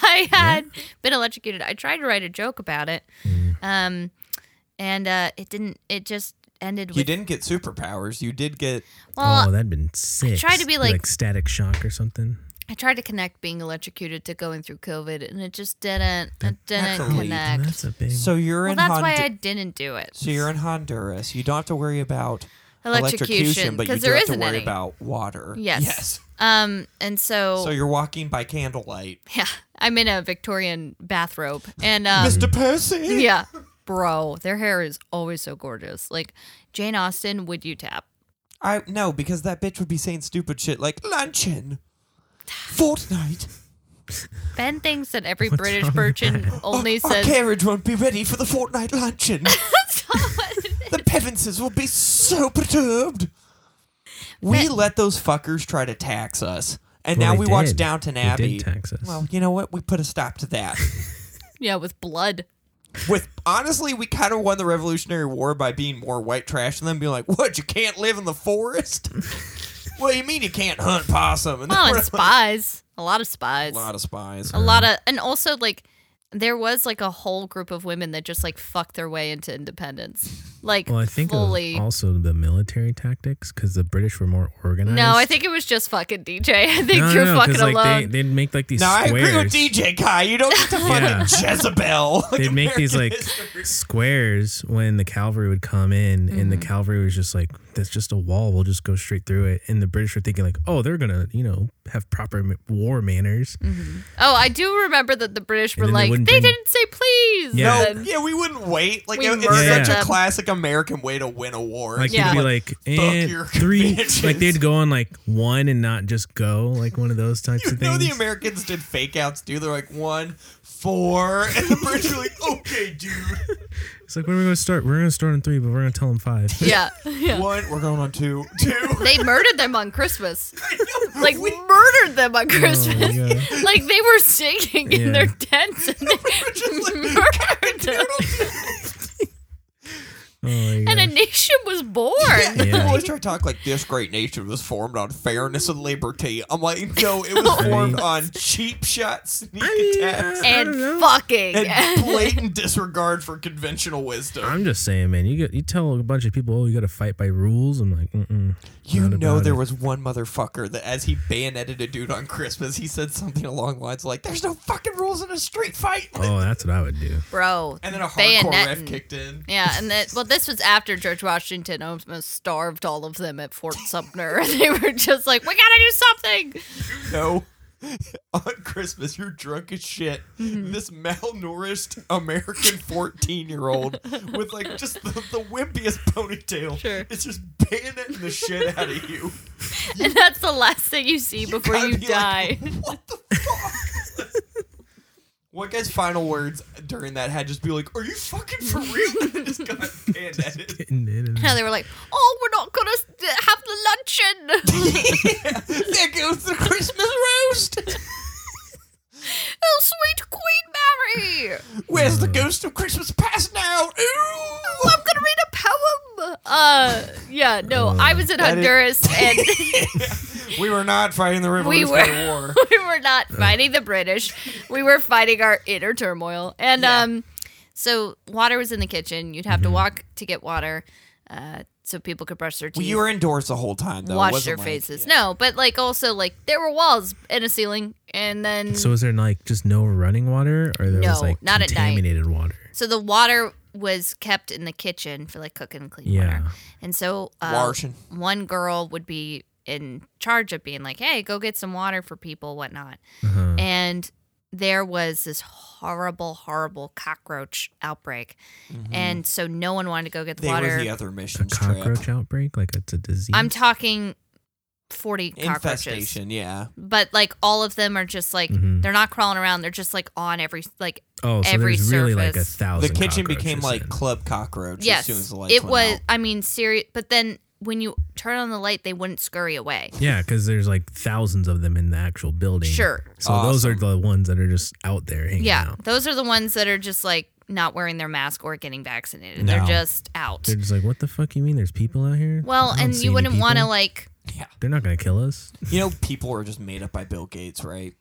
I had been electrocuted. I tried to write a joke about it,
Mm.
um, and uh, it didn't. It just ended
You
with
didn't get superpowers. You did get
well.
oh, that'd been sick.
tried to be, like-
static shock or something.
I tried to connect being electrocuted to going through COVID, and it just didn't. It didn't
that's a leap.
connect.
That's a big.
So you're
well,
in
that's
Honduras.
why I didn't do it.
so you're in Honduras. You don't have to worry about
Electrocution,
electrocution, but you
'cause
do
there
have to
isn't
worry
any.
about water.
Yes.
Yes.
Um, and so,
So you're walking by candlelight.
[LAUGHS] yeah, I'm in a Victorian bathrobe, and um,
Mr. Percy.
[LAUGHS] yeah, bro, their hair is always so gorgeous. Like Jane Austen, would you tap?
I no, because that bitch would be saying stupid shit like luncheon, fortnight.
Ben thinks that every British person only
Oh,
Our
says
carriage won't be ready for the
[LAUGHS]
fortnight luncheon. the Pevenses will be so perturbed. We let those fuckers try to tax us, and now
Well, they
we watch
did.
Downton
They
Abbey.
did tax us.
Well, you know what? We put a stop to that.
yeah with blood.
[LAUGHS]
With honestly, we kind of won the Revolutionary War by being more white trash than them. Being like, "What? You can't live in the [LAUGHS] forest? what do you mean you can't hunt possum?" And
Oh,
then we're [LAUGHS]
and spies, a lot of spies,
like, a lot of spies.
a lot of, and also like there was like a whole group of women that just like fucked their way into independence, like
Well, I think
fully.
it was also the military tactics because the British were more organized.
no, I think it was just fucking DJ. [LAUGHS] I think
no,
you're
no, no, 'cause,
fucking
like,
alone.
They, would make like these.
Now I
squares.
agree with DJ Kai. You don't get to fucking
Yeah.
Jezebel. [LAUGHS]
They'd make these like
American
squares when the cavalry would come in, and
Mm-hmm.
the cavalry was just like, "That's just a wall. We'll just go straight through it." And the British were thinking like, "Oh, they're gonna, you know, have proper m- war manners."
Oh, I do remember that the British were
then they
like, they,
wouldn't bring-
didn't say please.
Yeah.
And
history. yeah, we wouldn't wait. Like
We
it's
murdered
such
them.
a classic American way to win a war.
Like
It's
Yeah.
they'd be like,
your
and three, like
conventions."
they'd go on like one and not just go like one of those types
[LAUGHS] You
of
know
things.
the Americans did fake outs, dude. They're like one, four, [LAUGHS] and the British were like, okay, dude.
[LAUGHS] it's like when are we gonna start? We're gonna start on three, but we're gonna tell
[LAUGHS]
them five.
yeah. yeah.
One, we're going on two, two.
They murdered them on
[LAUGHS]
Christmas. Like we murdered them on Christmas.
yeah.
[LAUGHS] like they were singing in
Oh, Yeah.
their tents
[LAUGHS]
and
Just
they
like,
murdered them.
Oh
[LAUGHS]
my
And a
gosh.
nation was born.
People
Yeah.
always try to talk like this great nation was formed on fairness and liberty. I'm like, no, it was formed on cheap shot sneak attacks.
I
And
don't know.
fucking.
and blatant disregard for conventional wisdom.
I'm just saying, man. You get, you tell a bunch of people, oh, you got to fight by rules. I'm like, mm-mm.
You
not
know
about
there
it.
was one motherfucker that as he bayoneted a dude on Christmas, he said something along the lines like, "There's no fucking rules in a street fight."
Oh, that's what I would do.
[LAUGHS] Bro.
And then a hardcore ref
bayoneting.
kicked in.
Yeah, and that well, this was after George Washington almost starved all of them at
[LAUGHS]
Fort Sumter. [LAUGHS] they were just like, "We gotta do something."
No. [LAUGHS] On Christmas, you're drunk as shit. This malnourished American 14 year [LAUGHS] old with like just the, the wimpiest ponytail
Sure.
is just bayoneting the shit out of you.
And that's the last thing you see before
Gotta
you
be
die.
like, what the fuck? what guy's final words during that had just be like, "Are you fucking for real?" [LAUGHS] And just got bayoneted.
[LAUGHS] And then-
No, they were like, "Oh, we're not gonna s- have the luncheon.
[LAUGHS]
[LAUGHS]
there goes the [LAUGHS] Christmas roast.
oh, sweet Queen Mary,
Where's the ghost of Christmas past now? Ooh.
I'm gonna read a poem." Uh, yeah, no, I was in
[LAUGHS] That is-
Honduras, and [LAUGHS]
We were not fighting the
We
Revolutionary
were
War.
we were not fighting the British. We were fighting our inner turmoil. And um so water was in the kitchen. You'd
Mm-hmm.
have to walk to get water uh so people could brush their
Well,
teeth.
you were indoors the whole time, though.
wash
wasn't
their
like-
faces. No, but like also like there were walls and a ceiling and then
So
so,
was there like just no running water, or there was
No,
like
not at night.
contaminated water?
the water was kept in the kitchen for like cooking and clean
Yeah.
water. And so uh,
Washing.
one girl would be in charge of being like, "Hey, go get some water for people, whatnot."
Uh-huh.
and there was this horrible, horrible cockroach outbreak, and so no one wanted to go get the
Mm-hmm. They
water.
were the other
A
missions
cockroach
trip.
outbreak, like it's a disease.
I'm talking forty cockroaches,
Infestation, yeah.
but like all of them are just like
Mhm.
they're not crawling around; they're just like on every like
oh, so
every
there's really like a
surface.
thousand.
The kitchen became
cockroaches
like
then.
club cockroach
yes,
as soon as the lights
it
went
was.
out.
I mean, serious. But then when you turn on the light, they wouldn't scurry away.
Yeah, because there's like thousands of them in the actual building.
Sure.
So those are the ones that are just out there hanging
Yeah,
out.
those are the ones that are just like not wearing their mask or getting vaccinated.
No.
They're just out.
They're just like, what the fuck you mean? There's people out here.
well,
I don't
and
see
you
any
wouldn't want to
people.
like
They're not gonna kill us.
You know, people are just made up by Bill Gates, right?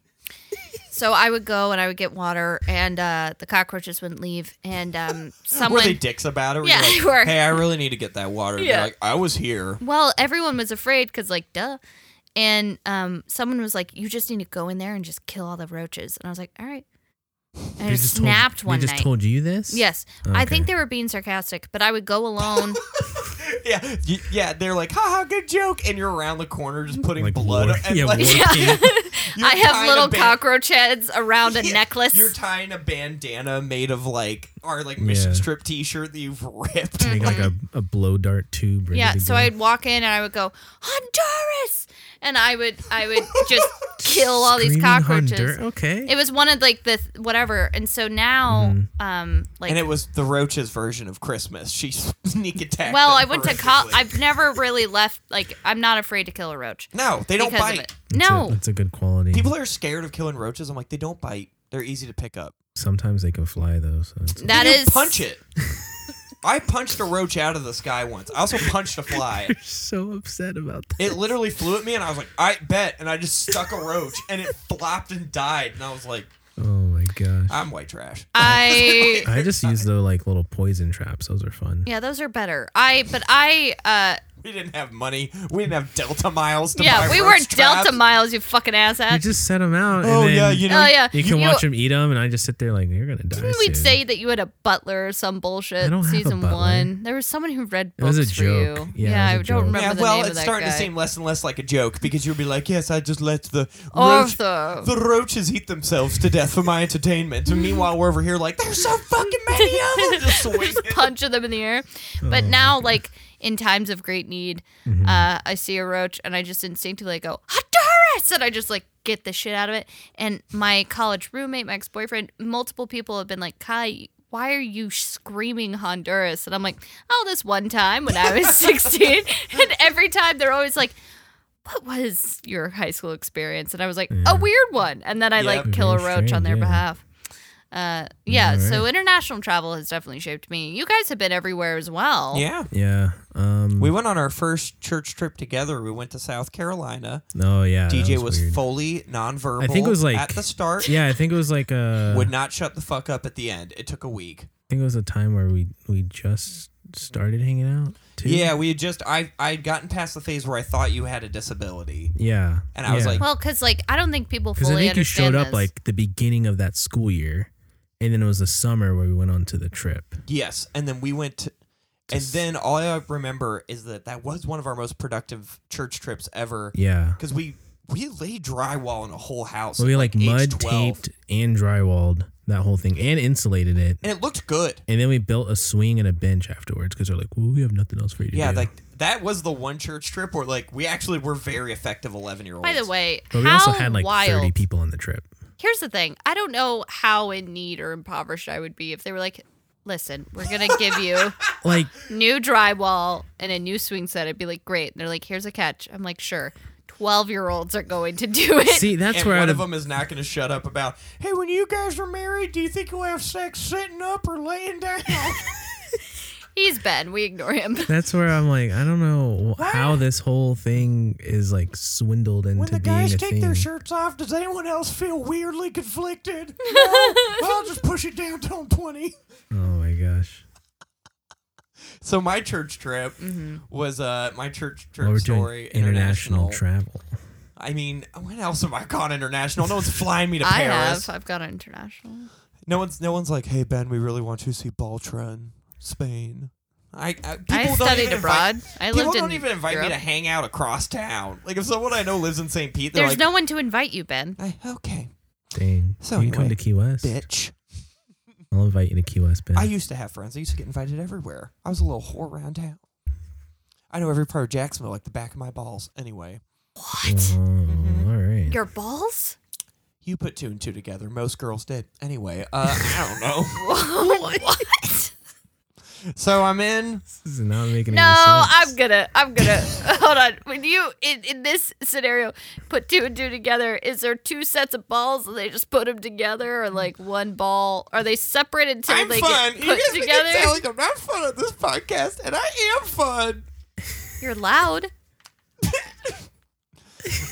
So I would go and I would get water, and uh, the cockroaches wouldn't leave. And um,
Were
someone,
they dicks about it? Were you
Yeah, [LAUGHS]
like,
they were.
Hey, I really need to get that water. And they're
Yeah.
like, I was
[LAUGHS]
here.
well, everyone was afraid because, like, duh. And um, someone was like, "You just need to go in there and just kill all the roaches." And I was like, "All right." And I
They
just
told-
snapped one
They just
night.
told you this.
yes, I think
Okay.
they were being sarcastic, but I would go alone. [LAUGHS]
Yeah, y- yeah. They're like, haha, good joke. And you're around the corner just putting
Like
blood.
[LAUGHS] war-
and
yeah,
like,
war
[LAUGHS] Yeah.
paint.
you're
I have
tying
little
a ban-
cockroach heads around a
Yeah,
necklace.
[LAUGHS] You're tying a bandana made of like our like mission
Yeah.
strip T-shirt that you've ripped.
Mm-hmm.
Make like a, a blow dart tube. ready
Yeah,
to
so
go.
I'd walk in and I would go Honduras, and I would I would just kill all these
Screaming
cockroaches.
Hondur- okay.
It was one of like the th- whatever, and so now, um, like,
and it was the roach's version of Christmas. She [LAUGHS] sneak attacked.
well, I
them
went to college.
horrifically.
I've never really left. Like, I'm not afraid to kill a roach
no, they don't
because
bite.
of it.
That's a-
No,
that's a good quality.
People that are scared of killing roaches. I'm like, they don't bite. They're easy to pick up.
Sometimes they can fly though. So it's,
that
You
is
punch it. [LAUGHS] I punched a roach out of the sky once. I also punched a fly.
so upset about that.
It literally flew at me, and I was like, "I bet," and I just stuck a roach, and it flopped and died. And I was like,
[LAUGHS] Oh my gosh.
"I'm white trash."
[LAUGHS]
I
I just use the like little poison traps. Those are fun.
yeah, those are better. I but I uh
We didn't have money. We didn't have Delta miles. To
yeah,
buy
we
roach
were Delta
traps.
miles. You fucking
You
asshat.
just set them out.
Oh
and then
yeah, you know.
oh yeah,
You can
You-
watch them eat them, and I just sit there like you're gonna die.
Didn't we
soon."
say that you had a butler or some bullshit?
I don't have a
season
butler.
one. There was someone who read
It
books
was a
for
joke.
you.
Yeah, it was
I
a
don't
joke.
remember
Yeah,
the
well,
name
it's
of that
starting
guy.
to seem less and less like a joke because you'll be like, "Yes, I just let the roach,
Arthur.
the roaches eat themselves to death for my entertainment." And meanwhile, we're over here like, "There's so fucking many
[LAUGHS]
of them." [LAUGHS] Just swinging.
just punching them in the air.
Oh,
But now, like in times of great need,
Mm-hmm.
uh, I see a roach and I just instinctively go Honduras, and I just like get the shit out of it. And my college roommate, my ex boyfriend, multiple people have been like, Kai. Why are you screaming Honduras? And I'm like, oh, this one time when I was 16. [LAUGHS] and every time they're always like, what was your high school experience? And I was like, a weird one. And then I
Yep.
like kill a
Very
roach on
strange,
their
yeah.
behalf. Uh, yeah,
All
so international travel has definitely shaped me. You guys have been everywhere as well.
Yeah.
Yeah. Um.
We went on our first church trip together. We went to South Carolina.
oh yeah. that
DJ was,
weird.
fully nonverbal.
I think it was like-
at the start.
Yeah, I think it was
[LAUGHS]
like a.
Would not shut the fuck up at the end. It took a week.
I think it was a time where we we just started hanging out. Too.
Yeah, we had just I I had gotten past the phase where I thought you had a disability.
Yeah.
And I was
yeah.
like-
Well, because like I don't think people
Because
fully
I think you
understand
showed up
this.
like the beginning of that school year, and then it was the summer where we went on to the trip.
Yes, and then we went. To, and then all I remember is that that was one of our most productive church trips ever.
Yeah,
because we we laid drywall in a whole house.
we
at,
like,
age
mud
12.
taped and drywalled that whole thing and insulated it,
and it looked good.
and then we built a swing and a bench afterwards because they're like, "Well, we have nothing else for you to
Yeah,
do."
like that was the one church trip where like we actually were very effective eleven year olds.
By the way,
but we
how
also had like
wild.
thirty people on the trip.
Here's the thing: I don't know how in need or impoverished I would be if they were like, "Listen, we're gonna give
[LAUGHS]
you [LAUGHS]
Like
new drywall and a new swing set." I'd be like, "Great!" And they're like, "Here's a catch." I'm like, "Sure." Twelve year olds are going to do it.
See, that's
and
where
one
I'd
of
have,
them is not going to shut up about, hey,
[LAUGHS]
"Oh, when you guys are married, do you think you'll have sex sitting up or laying down?
He's Ben. We ignore
[LAUGHS]
him.
That's where I'm like, I don't know how this whole thing is like swindled into
When the
being
guys
a
take
thing.
their shirts off, does anyone else feel weirdly conflicted?
[LAUGHS]
No, I'll just push it down till I'm 20.
Oh my gosh.
So my church trip
Mm-hmm.
was uh my church trip
Well, we're doing
story
international,
international.
travel.
I mean, when else have I gone international? No one's flying me
[LAUGHS]
to
I
Paris.
have. I've gone international.
No one's no one's like, hey Ben, we really want you to see Baltra in Spain. I, I people
I
don't
studied
even
abroad.
Invite,
I
people
lived
don't
in
even invite me
Europe.
to hang out across town. Like if someone I know lives in St. Pete, they're
There's
like,
no one to invite you, Ben.
I, okay,
Dang.
So
you can come
anyway,
to Key West.
bitch.
I'll invite you to Key West, Ben.
I used to have friends. I used to get invited everywhere. I was a little whore around town. I know every part of Jacksonville like the back of my balls. Anyway, [LAUGHS]
Oh,
Mm-hmm.
all right.
Your balls?
you put two and two together. Most girls did. Anyway, uh, I don't
[LAUGHS]
know.
what?
So I'm in.
This is not making
No,
any
I'm
sense.
gonna, I'm gonna. hold on. When you in, in this scenario put two and two together, is there two sets of balls and they just put them together, or like one ball? Are they separated until
I'm
they
fun.
get
You guys
put
make
together?
it sound like I'm not fun on this podcast, and I am fun.
You're loud.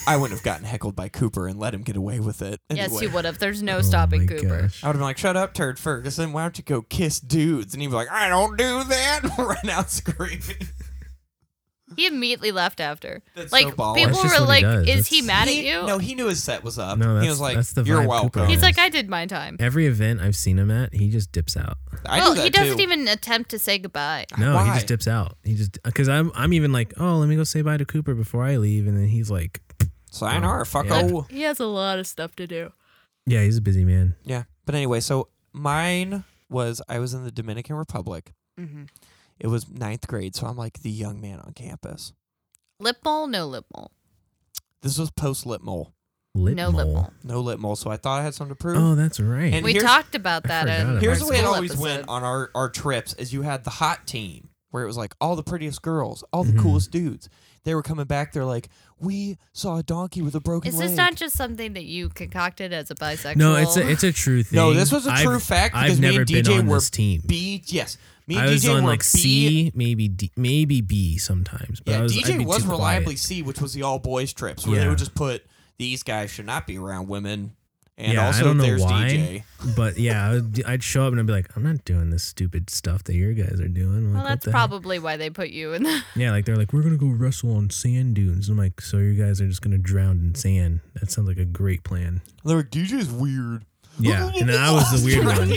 I wouldn't have gotten heckled by Cooper and let him get away with it. Anyway.
Yes, you would have. There's no
Oh
stopping
my
Cooper.
gosh.
I would have been like, shut up, Turd Ferguson. Why don't you go kiss dudes? And he'd be like, I don't do that. [LAUGHS] Run out screaming.
He immediately left after.
That's
like
so baller.
people
That's just
were
what he
like,
does.
"Is he
That's-
mad at
He-
you?"
No, he knew his set was up.
No,
he
that's-
was like,
that's the
you're
vibe
welcome.
Cooper
He's
has.
like, "I did my time."
Every event I've seen him at, he just dips out.
I
well,
do that
he doesn't
too.
even attempt to say goodbye.
No, he
Why?
just dips out. He just because I'm I'm even like, oh, let me go say bye to Cooper before I leave, and then he's like,
Sign our fuck
Yeah.
oh.
He has a lot of stuff to do.
yeah, he's a busy man.
Yeah. But anyway, so mine was I was in the Dominican Republic.
Mhm.
It was ninth grade, so I'm like the young man on campus.
Lip mole, no lip mole,
This was post lip mole.
Lip
no lip
mole.
mole.
No lip mole, so I thought I had something to prove.
Oh, that's right.
And
we
here's-
talked about
I
that.
forgot
in
about
Here's
our
the way it
school
always went
episode.
on our, our trips is you had the hot team where it was like all the prettiest girls, all the
Mhm.
coolest dudes. They were coming back, they're like, We saw a donkey with a broken
Is
leg.
this not just something that you concocted as a bisexual?
No, it's a it's a true
[LAUGHS]
thing.
no, this was a true
I've-
fact because
I've
me
never
and DJ
been on
were
this team.
B yes. Me and
I was
DJ
on
were
like
B
C, maybe D, maybe B sometimes. But
Yeah,
I was, I'd
DJ
be
was
too
reliably
quiet.
C, which was the all boys trips where they
Yeah.
would just put these guys should not be around women, and
yeah,
also
I don't know
there's
why,
DJ.
but yeah, I would, I'd show up and I'd be like, I'm not doing this stupid stuff that your guys are doing. Like,
Well,
what
that's
the heck?
probably why they put you in.
[LAUGHS]
The-
Yeah, like they're like, we're gonna go wrestle on sand dunes. I'm like, so you guys are just gonna drown in sand? That sounds like a
[LAUGHS]
great plan.
They're like DJ's weird. [LAUGHS]
Yeah, and I was the weird
[LAUGHS]
one
Yeah.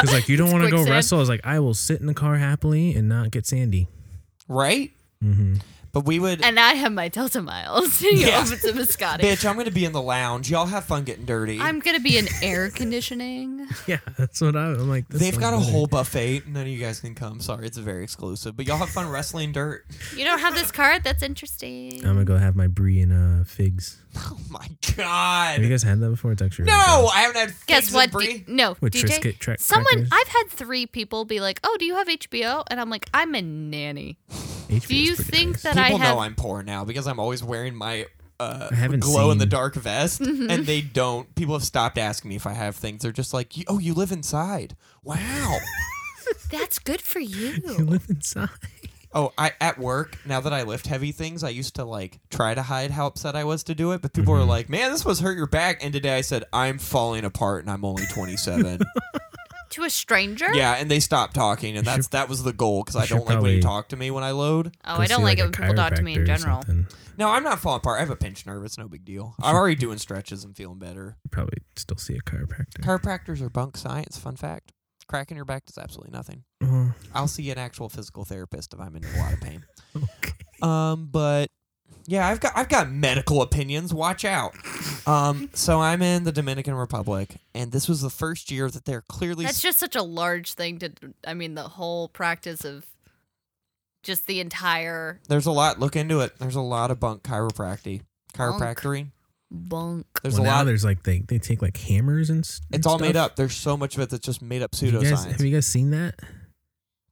because like you don't
It's
want to go
quicksand.
wrestle. I was like, I will sit in the car happily and not get sandy. [LAUGHS]
right?
Mm-hmm.
But we would,
and I have my Delta miles. [LAUGHS] You
Yeah.
know, if it's a biscotti.
bitch. I'm gonna be in the lounge. Y'all have fun getting dirty.
I'm gonna be in air conditioning.
Yeah, that's what I, I'm like. this
They've
sounds
got a
better.
whole buffet. None of you guys can come. Sorry, it's very exclusive. But y'all have fun wrestling dirt. [LAUGHS]
You don't have this card? That's interesting.
I'm gonna go have my brie and uh, figs.
Oh my
Have you
god!
guys had that before? It's actually really
No,
good.
I haven't had figs
Guess
and
what?
Brie.
D- no,
With
DJ.
Triscuit tra-
someone
crackers?
I've had three people be like, "Oh, do you have HBO?" And I'm like, "I'm a nanny."
HB
Do
is
you
pretty
think
nice.
that I
People
have?
know I'm poor now because I'm always wearing my uh,
I haven't
glow in the
seen-
[LAUGHS]
dark vest,
Mm-hmm.
and they don't. People have stopped asking me if I have things. They're just like, "You- "Oh, you live inside?
[LAUGHS]
Wow."
That's good for
[LAUGHS] [LAUGHS] you
you.
live inside?
oh, I at work now that I lift heavy things, I used to like try to hide how upset I was to do it, but people
Mm-hmm.
were like, "Man, this was hurt your back." And today I said, "I'm falling apart, and I'm only
[LAUGHS]
27."
to a stranger?
yeah, and they stopped talking, and that's that was the goal because I
should
don't like when you
probably-
talk to me when I load.
Oh,
Go
I don't
see,
like, it
a
when people talk to me in
chiropractor or
general.
something.
No, I'm not falling apart. I have a pinched nerve. It's no big deal. I'm already doing stretches and feeling better.
Probably still see a chiropractor.
Chiropractors are bunk science. Fun fact. Cracking your back does absolutely nothing.
Well,
I'll see an actual physical therapist if I'm in a lot of pain.
[LAUGHS] okay.
Um, but yeah, I've got I've got medical opinions. Watch out. Um, so I'm in the Dominican Republic, and this was the first year that they're clearly
That's just such a large thing to. I mean, the whole practice of just the entire
there's a lot. Look into it. There's a lot of bunk chiropractic, chiropractory.
bunk.
There's
well,
a
now
lot.
there's like they, they take like hammers and s- and
it's all made
stuff.
up. There's so much of it that's just made up
Have you guys-
pseudoscience.
have you guys seen that?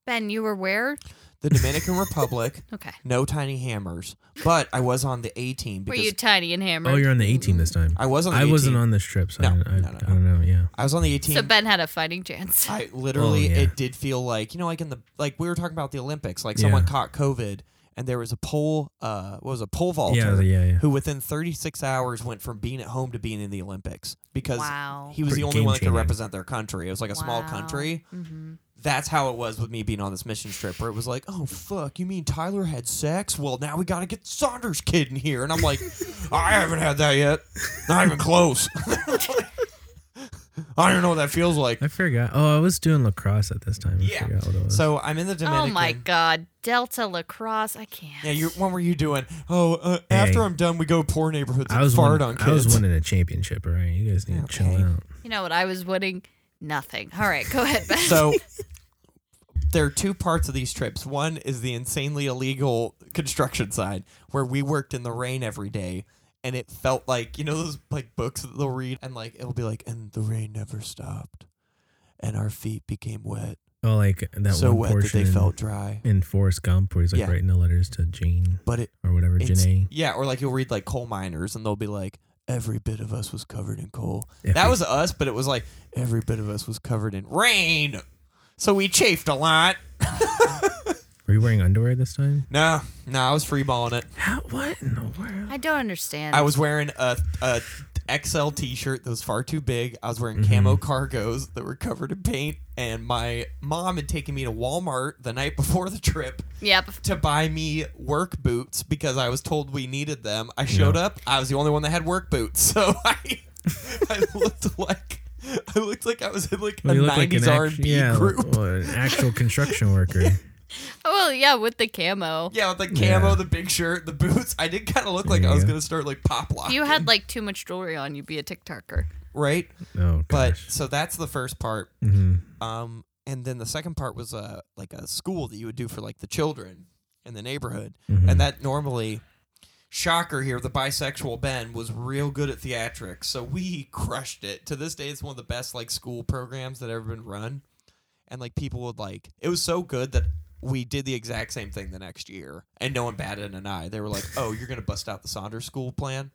Ben, you were where?
the Dominican Republic.
Okay.
No tiny hammers, but I was on the A team
Were
because
you tiny and hammered?
Oh, you're on the 18 this time.
I was on. The
I
A
wasn't
team.
on this trip, so I,
No,
don't- I,
no, no,
I don't know. Yeah.
I was on the A team.
so Ben had a fighting chance.
I literally,
Oh, yeah.
it did feel like you know, like in the like we were talking about the Olympics, like
Yeah.
someone caught COVID, and there was a pole, uh, what was it, a pole vaulter,
Yeah, yeah, yeah.
who within 36 hours went from being at home to being in the Olympics because
Wow.
he was
Pretty
the only one that could
game-changing.
represent their country. It was like a small country.
hmm
That's how it was with me being on this mission trip, where it was like, oh fuck, you mean Tyler had sex? Well, now we got to get Saunders kid in here, and I'm
[LAUGHS]
like, I haven't had that yet, not even close. [LAUGHS] I don't know what that feels like.
I forgot. Oh, I was doing lacrosse at this time. I
Yeah.
forgot what it was.
So I'm in [LAUGHS] the
Oh
Dominican.
my God, Delta Lacrosse! I can't.
Yeah, you when were you doing? Oh, uh, after
Hey.
I'm done, we go poor neighborhoods and
I was
fart
winning,
on kids.
I
[LAUGHS]
was winning a championship, all right? You guys need to chill
Okay.
out.
You know what? I was winning nothing. All right, go ahead, Ben.
[LAUGHS] So
[LAUGHS]
there are two parts of these trips. One is the insanely illegal construction side, where we worked in the rain every day, and it felt like you know those like books that they'll read, and like it'll be like, and the rain never stopped, and our feet became wet,
Oh, like that
so
one
wet that
portion
they
in,
felt dry.
in Forrest Gump where he's like
Yeah.
writing the letters to Jane
But it
or whatever,
It's-
Janae.
Yeah, or like you'll read like coal miners and they'll be like, every bit of us was covered in coal. That
Every-
was us, but it was like, every bit of us was covered in rain. So we chafed a lot.
Were you wearing underwear this time?
No, no, I was freeballing it.
How, what in the world?
I don't understand.
I was wearing a, a XL t shirt that was far too big. I was wearing
Mm-hmm.
camo cargoes that were covered in paint. And my mom had taken me to Walmart the night before the trip
Yep.
to buy me work boots because I was told we needed them. I showed up. I was the only one that had work boots, [LAUGHS] so I
[LAUGHS]
I looked like I looked like I was in like
Well,
a
you look like an
'90s
act-
R&B
yeah,
group.
like, well, an actual construction worker.
Oh well, yeah, with the camo.
[LAUGHS] yeah, with the camo,
Yeah.
the big shirt, the boots. I did kind of look like
you
I was
go.
gonna start like pop
If
locking,
you had like too much jewelry on, you'd be a TikToker.
right?
Oh,
But
gosh.
so that's the first part.
hmm
Um, and then the second part was uh, like a school that you would do for like the children in the neighborhood,
Mm-hmm.
and that normally, shocker here, the bisexual Ben was real good at theatrics, so we [LAUGHS] crushed it. To this day, it's one of the best like school programs that ever been run, and like people would like it was so good that we did the exact same thing the next year, and no one batted an eye. They were like, "Oh, you're gonna bust out the Saunders School plan."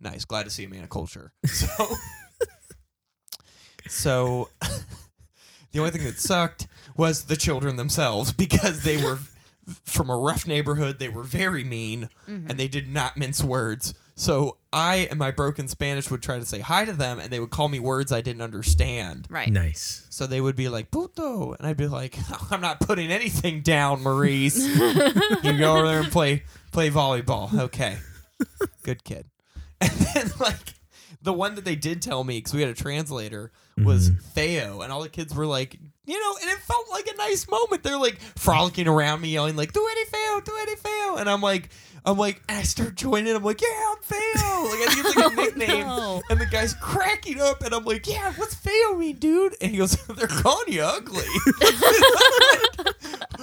Nice, glad to see a man of culture. So. [LAUGHS] So [LAUGHS] the only thing that sucked was the children themselves because they were from a rough neighborhood. They were very mean and they did not mince words. So I and my broken Spanish would try to say hi to them and they would call me words I didn't understand.
Right. [LAUGHS]
Nice.
So they would be like, puto. And I'd be like, [LAUGHS] I'm not putting anything down, Maurice. [LAUGHS] you go over there and play play volleyball. Okay. Good kid. [LAUGHS] And then, like, the one that they did tell me, because we had a translator, was Theo. And all the kids were like, you know, and it felt like a nice moment. They're like frolicking around me, yelling, like, do any Theo, do any Theo. And I'm like, I'm like, and I start joining. I'm like, yeah, I'm Theo. Like, I think it's like a nickname.
no.
And the guy's cracking up, and I'm like, "Yeah, what's fail me, dude?" And he goes, [LAUGHS] "They're calling you ugly." [LAUGHS]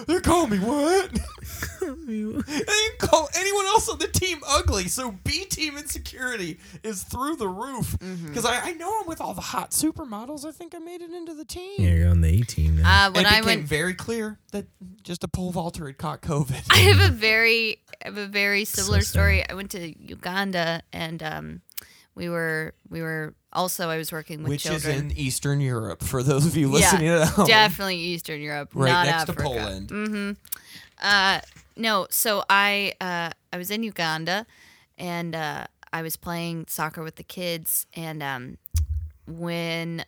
They're calling me what? They didn't call anyone else on the team ugly. So B team insecurity is through the roof
Mm-hmm.
because I, I know I'm with all the hot supermodels. I think I made it into the team.
Yeah, you're on the 18 now.
Uh, when
and it
I
became
went
very clear that just a pole vaulter had caught COVID.
I have a very I have a very similar
sad.
story. I went to Uganda and um, we were we were also I was working with
which
children.
is in Eastern Europe, for those of you
yeah,
listening at [LAUGHS] home.
definitely Eastern Europe,
Right
not
next to
Africa. Mm,
Poland.
Uh, no, so I uh, I was in Uganda, and uh, I was playing soccer with the kids, and um, when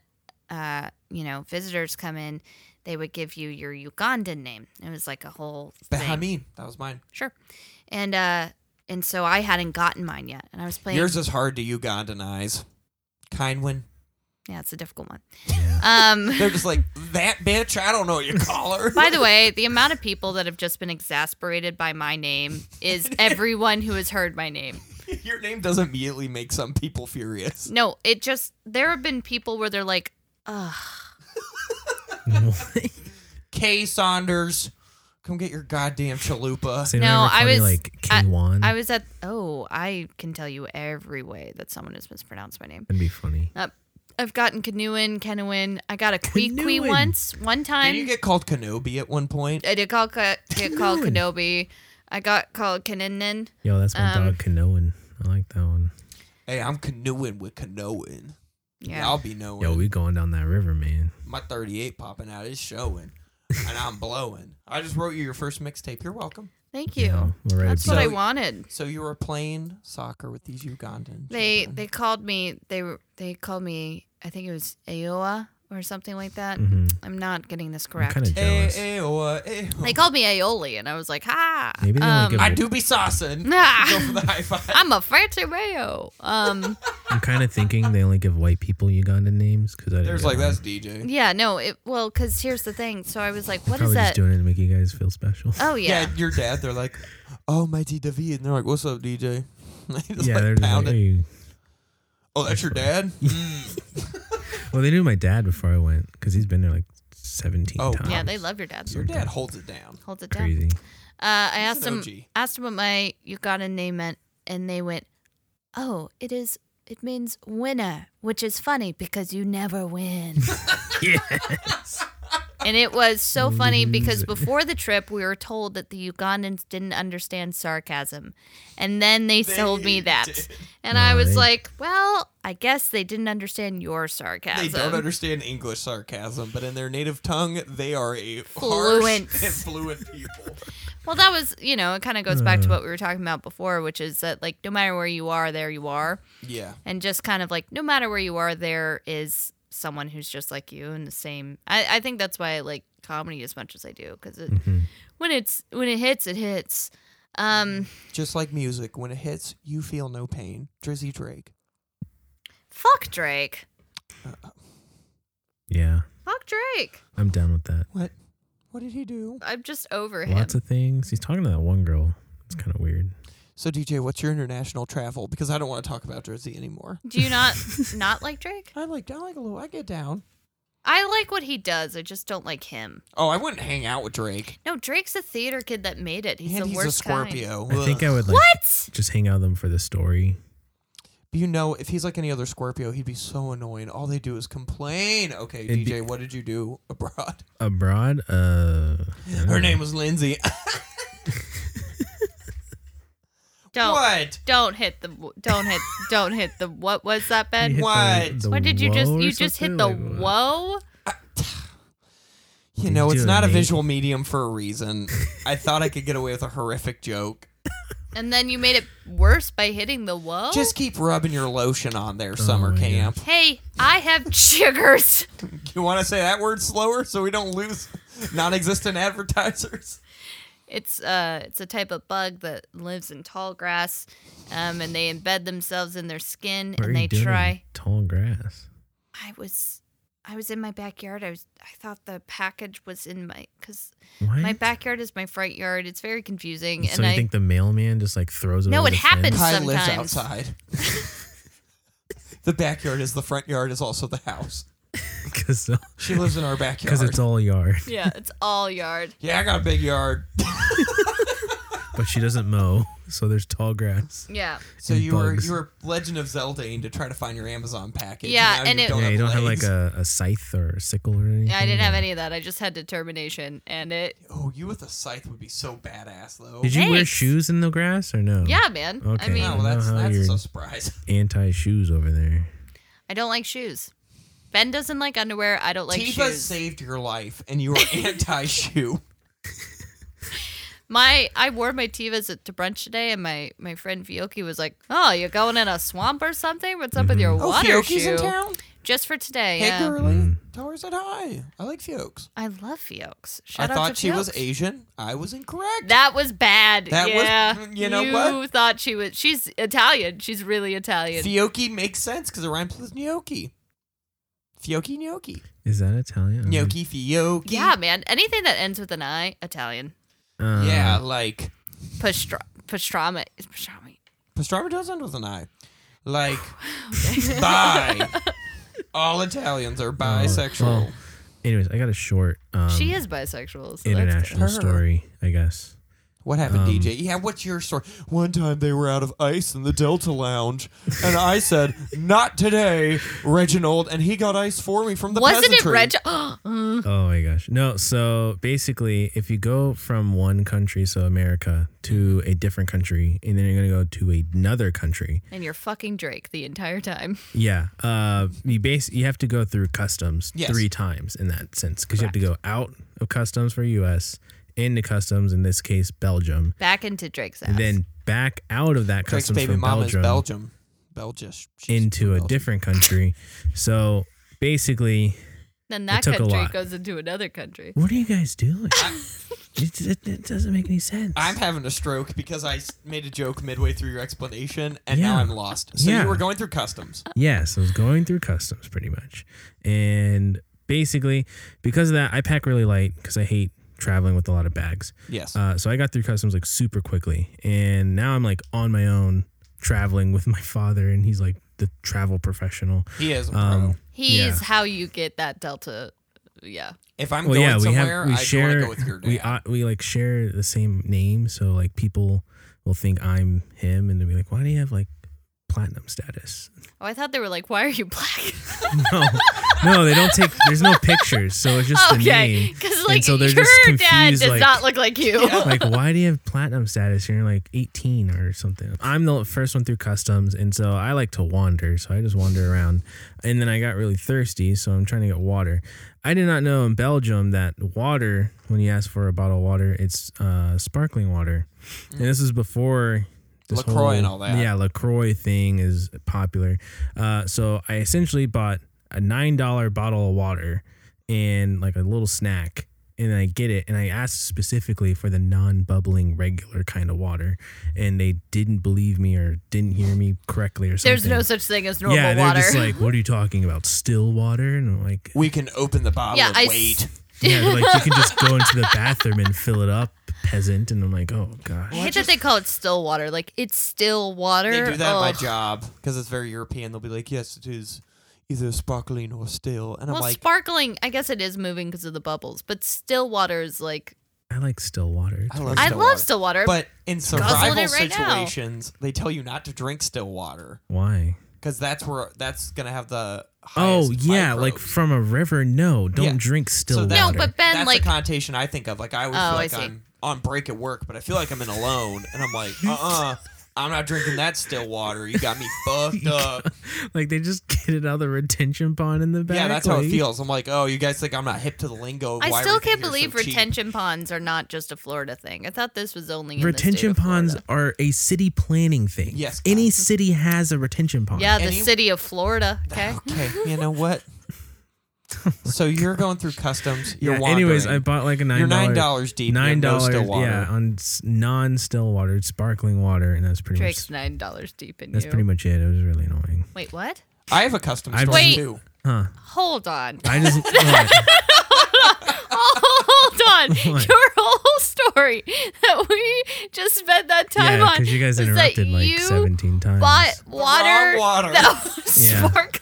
uh, you know visitors come in, they would give you your Ugandan name. It was like a whole thing.
Bahamin, that was mine.
Sure. And uh and so I hadn't gotten mine yet. And I was playing
Yours is hard to Ugandanize. Kind one.
Yeah, it's a difficult one.
Yeah.
Um
They're just like, that bitch, I don't know what you call
[LAUGHS]
her.
by the way, the amount of people that have just been exasperated by my name
[LAUGHS]
is everyone who has heard my name.
[LAUGHS] Your name does immediately make some people furious.
No, it just there have been people where they're like, Ugh, Uh,
[LAUGHS]
Kay Saunders, come get your goddamn chalupa.
Say,
No,
whenever
I
funny,
was-
like King Juan.
I was at oh, I can tell you every way that someone has mispronounced my name.
That'd be funny.
Uh, I've gotten canoeing, canoeing. I got a quee quee
Canoeing.
once. One time,
Did you get called Kenobi at one point?
I did call ca- get called
Canoeing.
Kenobi. I got called Kanin.
Yo, that's my
Um,
dog canoeing. I like that one.
Hey, I'm canoeing with canoeing.
Yeah.
I'll be knowing.
Yo, we going down that river, man.
My 38 popping out is showing, and I'm blowing. I just wrote you your first mixtape. You're welcome.
Thank you.
Yeah, we're right
That's what
up
I
So-
wanted.
So you were playing soccer with these Ugandans.
They they called me. They were they called me. I think it was Aoa or something like that.
hmm
I'm not getting this correct.
kinda jealous.
Eh, oh,
They called me Aioli, and I was like, "Ha!" um,
Maybe they don't give
I do be [LAUGHS] saucing. Go
[LAUGHS]
for
Nah,
the high five.
[LAUGHS] I'm a fancy mayo. Um,
I'm kind of thinking they only give white people Ugandan names because
There's like that's DJ.
yeah, no, it well, because here's the thing. So I was like, "What is
Probably
that?"
just doing it to make you guys feel special.
Oh yeah,
your dad. They're like, oh my DV, and they're like, what's up DJ? [LAUGHS] They just,
[LAUGHS] yeah,
like,
they're just like,
pound it.
hey.
Oh, that's your dad. Mm.
well, they knew my dad before I went because he's been there like 17
Oh,
times.
yeah, they love your dad.
your dad holds it down.
Holds it down.
crazy.
Uh, I
He's
asked
an
him
OG.
asked him what my Ugandan name meant, and they went, "Oh, it is. It means winner, which is funny because you never win."
[LAUGHS]
[LAUGHS] yes.
And it was so funny because
Loser.
before the trip, we were told that the Ugandans didn't understand sarcasm. And then they, told me
They
that.
did.
And I was
Right.
like, well, I guess they didn't understand your
They
sarcasm.
don't understand English sarcasm, but in their native tongue, they are a
Fluent.
harsh and fluent [LAUGHS] people.
well, that was, you know, it kind of goes back to
Uh.
what we were talking about before, which is that, like, no matter where you are, there you are.
Yeah.
And just kind of like, no matter where you are, there is someone who's just like you and the same. I, I think that's why I like comedy as much as I do because it,
Mhm.
when it's when it hits, it hits. Um,
Just like music, when it hits, you feel no pain. Drizzy Drake.
fuck Drake.
Yeah,
Fuck Drake.
I'm done with that.
What? What did he do?
I'm just over him.
Lots of things. He's talking to that one girl. It's kind of weird.
So DJ, what's your international travel? Because I don't want to talk about Drizzy anymore.
Do you
[LAUGHS]
not not like Drake?
I like I like a little. I get down.
I like what he does. I just don't like him.
Oh, I wouldn't hang out with Drake.
No, Drake's a theater kid that made it. He's
and
the
he's a
worst Kind.
Scorpio.
I think I
Ugh.
would like
What?
just hang out with them for the story.
You know, if he's like any other Scorpio, he'd be so annoying. All they do is complain. Okay,
It'd
DJ, what did you do abroad?
Abroad, uh, I don't
Her
know.
name was Lindsay. [LAUGHS]
Don't
What?
don't hit the don't hit don't hit the what was that
You hit
Ben?
the-
What?
the
What did you just
whoa or
you just hit
something?
the
Like, what?
whoa?
You know,
you
it's
doing,
not a
mate?
visual medium for a reason. I thought I could get away with a horrific joke.
And then you made it worse by hitting the whoa?
Just keep rubbing your lotion on there, summer
Oh my
camp.
Hey, I have [LAUGHS] chiggers.
You want to say that word slower so we don't lose non-existent advertisers?
It's uh, it's a type of bug that lives in tall grass, um, and they embed themselves in their skin,
What are
and
you
they
doing in
try.
tall grass.
I was, I was in my backyard. I was, I thought the package was in my, cause
What?
my backyard is my front yard. It's very confusing,
so
and
you
I,
think the mailman just like throws it?
No,
over
it
the fence? [LAUGHS]
happens.
Kai lives
Sometimes.
outside. the backyard is the front yard is also the house.
because
She lives in our backyard.
because it's all yard, [LAUGHS]
yeah, it's all yard.
yeah, I got a big yard.
but she doesn't mow, so there's tall
[LAUGHS]
grass. [LAUGHS]
Yeah,
So
And
you were
bugs.
you were Legend of Zeldaing to try to find your Amazon package.
Yeah,
now
and
you
it-
don't
yeah,
have
you don't have
legs.
like a, a scythe or a sickle or anything.
yeah. I didn't have any of that. I just had determination, and it.
Oh, you with a scythe would be so badass though.
Did you wear
Thanks.
shoes in the grass or no?
Yeah, man. I
Okay.
mean,
No,
know
that's
how
that's
you're-
a surprise.
Anti shoes over there.
I don't like shoes. Ben doesn't like underwear. I don't like
Tifa
shoes.
saved your life,
[LAUGHS]
and you were anti-shoe.
My I wore my Tevas at to brunch today, and my my friend Fiocchi was like, "Oh, you're going in a swamp or something? What's up with your water
Mm-hmm. Oh, Fiocchi's
shoe?"
in town.
Just for today,
Hey,
yeah.
girlie, tell her I said hi. I like Fiokes.
I love Fiocchi. Shout
I
out
thought
to
she was
Fiocchi.
Asian. I was incorrect.
That was bad.
That was- mm,
yeah.
you know what?
thought she was? She's Italian. She's really Italian.
Fiocchi makes sense because it rhymes with gnocchi. Fiocchi gnocchi.
Is that Italian? I'm-
Gnocchi Fiocchi.
yeah, man. Anything that ends with an I, Italian.
Uh,
Yeah, like
Pastra- pastrami. It's pastrami.
pastrami does end with an I.
[LAUGHS]
Like bi. All Italians are bisexual.
Uh, oh, well, anyways, I got a short. Um,
she is bisexual. So that's good.
international
Her.
story, I guess.
What happened, DJ? Yeah, what's your story? One time they were out of ice in the Delta Lounge, and I said, "Not today, Reginald," and he got ice for me from the
Wasn't it
[GASPS] peasantry.
Reg? [GASPS]
Oh my gosh. No, so basically, if you go from one country, so America, to a different country, and then you're going to go to another country,
and you're fucking Drake the entire time. [LAUGHS]
yeah, uh, you base you have to go through customs
Yes.
three times in that sense because you have to go out of customs for U.S. into customs in this case Belgium,
Back into Drake's ass.
and then back out of that
Drake's
customs
baby
from
mama
Belgium,
is Belgium, Belgium. She's
into
from
a
Belgium.
different country. So basically,
then that
took a
country
lot.
goes into another country.
what are you guys doing? [LAUGHS] it, it, it doesn't make any sense.
I'm having a stroke because I s- made a joke midway through your explanation, and now
Yeah.
I'm lost. So
Yeah.
you were going through customs.
Uh,
Yes, I was going through customs pretty much. And basically, because of that, I pack really light because I hate traveling with a lot of bags.
Yes.
Uh, so I got through customs like super quickly. And now I'm like on my own traveling with my [LAUGHS] father, and he's like the travel professional.
he is a pro.
Um,
He's
Yeah.
how you get that Delta. Yeah.
if I'm
well,
going
yeah, we
somewhere,
have we
I
share
don't want to go with your dad.
we uh, we like share the same name, so like people will think I'm him, and they'll be like, "Why do you have like platinum status?" [LAUGHS]
Oh, I thought they were like, why are you black?
No, no, they don't take. There's no pictures, so
[LAUGHS]
it's just
[LAUGHS]
the
okay.
name.
Because,
And
like,
so they're
your
just
dad
confused,
does
like-
not look like
[LAUGHS]
you.
Like, why do you have platinum status? You're like 18 or something. I'm the first one through customs, and so I like to wander. So I just wander around, and then I got really thirsty, so I'm trying to get water. I did not know in Belgium that water, when you ask for a bottle of water, it's uh, sparkling water, and this is before. This
LaCroix
whole-
and all that.
Yeah, LaCroix thing is popular. Uh, so I essentially bought a $9 bottle of water and like a little snack. And I get it. And I asked specifically for the non bubbling regular kind of water. And they didn't believe me or didn't hear me correctly or
[LAUGHS]
something.
There's no such thing as normal
Yeah, they're
water.
just like, what are you talking about? Still water? And
[LAUGHS]
I'm like,
we can open the bottle
Yeah,
and
I s-
wait.
yeah, they're like you can just go into the bathroom and fill it up, peasant. And I'm like, oh
[LAUGHS]
gosh.
I hate that they call it still water. Like, it's still water.
They do that at my
Ugh.
job because it's very European. They'll be like, "Yes, it is either sparkling or still," and I'm
Well,
like,
sparkling, I guess it is moving because of the bubbles, but still water is like,
I like still water.
"I love,
I
still
love
water.
still water.
But in survival
it right now.
situations, they tell you not to drink still water
Why?
because that's where that's gonna have the highest
Oh yeah,
microbes.
like from a river. No, don't
Yeah.
drink still
So
water.
that-
No, but Ben,
that's
like-
the connotation I think of. Like I always
Oh, I
feel like
see.
I'm on break at work, but I feel like I'm in alone, and I'm
[LAUGHS]
like, uh uh-uh, uh. i am not drinking that still water. You got me
[LAUGHS]
fucked up.
like they just [LAUGHS] get it out of the retention pond in the back.
Yeah, that's how it
like-
feels. I'm like, oh, you guys think I'm not hip to the lingo? of
I
why
still
everything
can't
here is so
believe
cheap.
retention ponds are not just a Florida thing. I thought this was only in
Retention
the state of
ponds
Florida.
are a city planning thing.
Yes, guys.
any city has a retention pond.
Yeah, the
Any-
city of Florida. Okay,
Okay, you know what? so you're going through customs. You're
Yeah,
wandering.
Anyways, I bought like a nine.
You're nine dollars deep.
Nine
no
dollars.
still water.
Yeah, on s- non-still water, sparkling water, and that's pretty
Drake's
much.
nine dollars deep in
That's
you.
pretty much it. It was
[LAUGHS]
really annoying.
Wait, what?
I have a custom
I've
story
just-
too.
Huh?
Hold
[LAUGHS]
on, [LAUGHS]
I just. what?
hold on.
[LAUGHS] What?
Your whole story that we just spent that time
yeah,
on
because you guys
was that
interrupted like
you
seventeen times.
bought water,
Raw water.
that
[LAUGHS]
was
Yeah.
sparkling.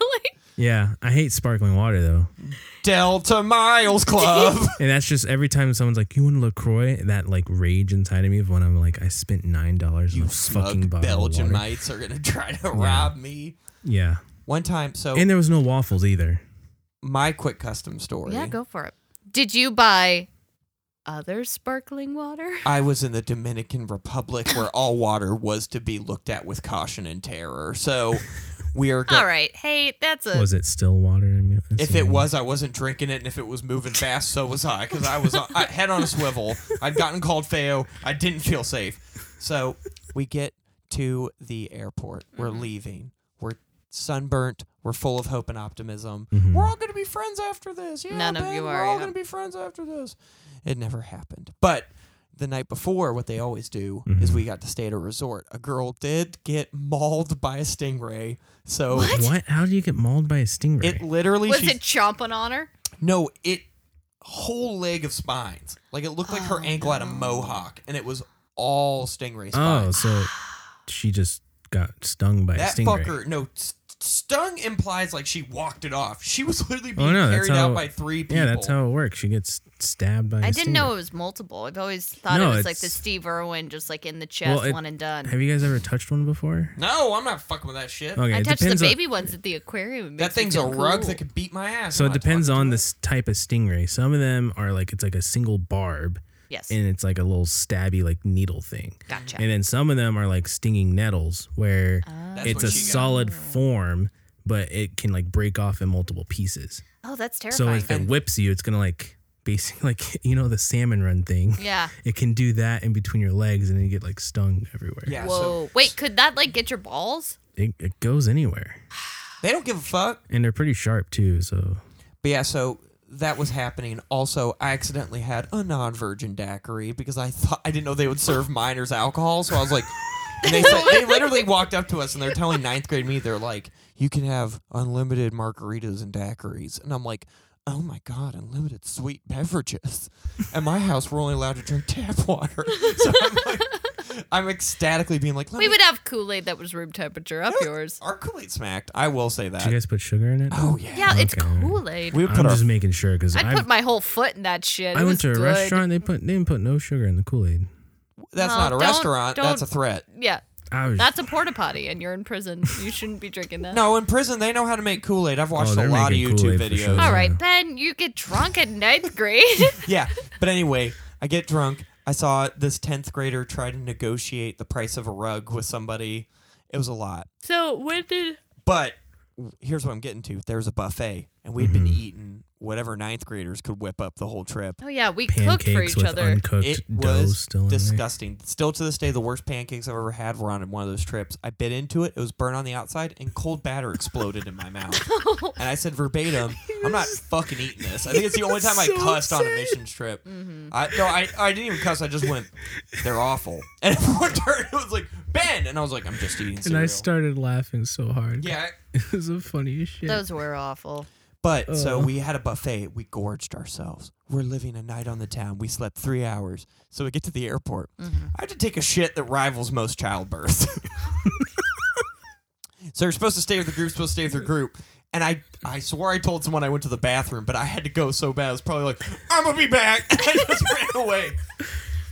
Yeah.
yeah, I hate sparkling water though.
Delta Miles Club.
[LAUGHS] And that's just every time someone's like, "You want a Lacroix?" That like rage inside of me of when I'm like, "I spent nine dollars on
you
a fucking
smug
bottle of water."
Belgianites are gonna try to rob me.
Yeah,
One time, so
and there was no waffles either.
my quick custom story.
Yeah, go for it. Did you buy other sparkling water?
I was in the Dominican Republic where all water was to be looked at with caution and terror. So
[LAUGHS]
we are
All
going.
right. Hey, that's a
Was it still water? I mean,
If it was, I wasn't drinking it, and if it was moving fast, so was I, because I was on, I, head on a swivel. I'd gotten called Feo. I didn't feel safe. So we get to the airport. We're
Mm-hmm.
leaving. We're sunburnt. We're full of hope and optimism. We're all going to be friends after this. Yeah,
None of
babe,
you
We're
are,
all
yeah.
going to be friends after this. It never happened. But the night before, what they always do is we got to stay at a resort. A girl did get mauled by a stingray. So
what? How do you get mauled by a stingray?
it literally
was
she-
it chomping on her?
no, it whole leg of spines. Like it looked like
Oh,
her ankle had a mohawk, and it was all stingray
oh,
spines.
so she just got stung by a
that
stingray.
fucker, no, st- stung implies like she walked it off. She was literally being
Oh no, that's
carried
how.
out by three people.
Yeah, that's how it works. She gets stabbed by. I
I didn't know it was multiple. I've always thought
No,
it was like the
it's-
Steve Irwin, just like in the chest,
Well, it-
one and done.
Have you guys ever touched one before?
No, I'm not fucking with that shit.
Okay,
I
it
touched the
depends on-
baby ones at the aquarium. It
That
makes me
thing's a
feel
rug
cool.
that could beat my ass.
So
when
it
I
depends
talk to
on
it.
this type of stingray. Some of them are like it's like a single barb
Yes.
and it's like a little stabby like needle thing.
Gotcha.
And then some of them are like stinging nettles where
That's what
it's a
she got.
solid form but it can like break off in multiple pieces.
oh, that's
So
terrifying.
if it whips you it's going to like basically [LAUGHS] like you know the salmon run thing.
yeah.
It can do that in between your legs and then you get like stung everywhere.
Yeah, so
Whoa. Wait, could that like get your balls?
It, it goes anywhere.
they don't give a fuck.
And they're pretty sharp too, so
But yeah, so that was happening. Also, I accidentally had a non-virgin daiquiri because I thought I didn't know they
[LAUGHS]
would serve minors alcohol, so I was like, and they said, they literally walked up to us and they're telling ninth grade me they're like, you can have unlimited margaritas and daiquiris, and I'm like. Oh my God! Unlimited sweet beverages. At my house, we're only allowed to drink tap water. So I'm
[LAUGHS]
like, I'm ecstatically being like, Let
We
me,
would have Kool Aid that was room temperature up yours.
our Kool Aid smacked. I will say
do you
that.
guys put sugar in it?
Oh yeah.
Yeah, it's
Okay.
Kool Aid.
We would put
I'm
our
just making sure because
I'd
I've
put my whole foot in that shit. It
I
was
went to a
good.
restaurant. They put they didn't put no sugar in the Kool Aid.
That's
No,
not
don't-
a restaurant. That's a
don't-
threat.
Yeah.
I was
That's a porta potty, and you're in prison. You shouldn't be drinking that.
No, in prison they know how to make Kool Aid. I've watched a
Oh, they're
lot of
making
YouTube
Kool-Aid for
videos.
sure.
All
Yeah.
right, Ben, you get drunk at ninth grade.
[LAUGHS]
Yeah, but anyway, I get drunk. I saw this tenth grader try to negotiate the price of a rug with somebody. It was a lot.
so when did?
But here's what I'm getting to: there was a buffet, and we'd been
Mm-hmm.
eating whatever ninth graders could whip up the whole trip.
Oh yeah, we cooked for
pancakes
each
with
other.
uncooked
It
dough
was
still in there.
disgusting. Still to this day, the worst pancakes I've ever had were on one of those trips. I bit into it; it was burnt on the outside, and cold batter exploded in my mouth. And I said verbatim, "I'm not fucking eating this." I think it's the only time I cussed on a missions trip. I no, I, I didn't even cuss. I just went, "They're awful." And [LAUGHS] everyone turned. It was like Ben, and I was like, "I'm just eating
And
cereal."
I started laughing so hard.
yeah.
[LAUGHS] it was the funniest shit.
Those were awful.
But so we had a buffet. We gorged ourselves. We're living a night on the town. We slept three hours. So we get to the airport.
Mm-hmm.
I had to take a shit that rivals most childbirth. [LAUGHS] so you're supposed to stay with the group. Supposed to stay with your group. And I, I swore I told someone I went to the bathroom, but I had to go so bad. I was probably like, "I'm gonna be back." [LAUGHS] And I just ran away.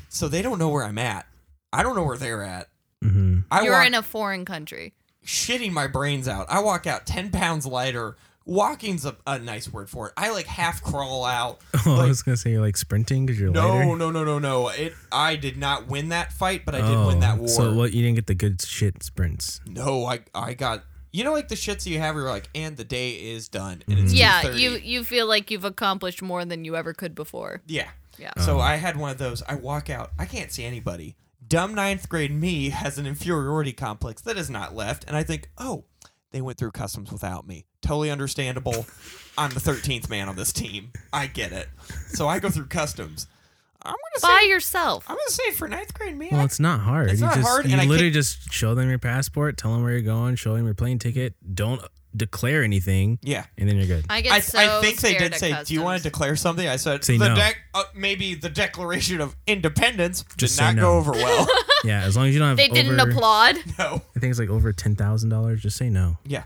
So they don't know where I'm at. I don't know where they're at. I
You're
walk-
in a foreign country.
shitting my brains out. I walk out 10 pounds lighter. Walking's a, a nice word for it. I like half crawl out.
[LAUGHS] [LAUGHS] oh, I
like-
was gonna say you're like sprinting because you're
No,
lighter.
no, no, no, no. It. I did not win that fight, but I did win that war.
Oh, So what? You didn't get the good shit sprints.
No, I, I got. You know, like the shits you have, where you're like, and the day is done, and it's
Mm-hmm. Yeah,
2:30.
you you feel like you've accomplished more than you ever could before.
Yeah.
Yeah.
Um,
So I had one of those. I walk out. I can't see anybody. Dumb ninth grade me has an inferiority complex that is not left, and I think, oh, they went through customs without me. Totally
[LAUGHS]
understandable. I'm the 13th man on this team. I get it. So I go through customs. I'm gonna say,
By yourself.
I'm gonna say for ninth grade me,
Well,
I,
it's not hard.
It's
you
not
just,
hard,
You
and I
literally
can't-
just show them your passport, tell them where you're going, show them your plane ticket. Don't declare anything,
yeah.
and then you're good.
I get
I,
so
I think they
scared
did
at
say, "Do you want to
customs.
declare something?" I said,
Say
the
no.
dec- uh, maybe the Declaration of Independence
Just
did
say
not
no.
go
[LAUGHS]
over well.
[LAUGHS] yeah, as long as you [LAUGHS] don't have.
They didn't
[LAUGHS]
over-
applaud.
no.
I think it's like over ten thousand dollars. Just say no.
Yeah.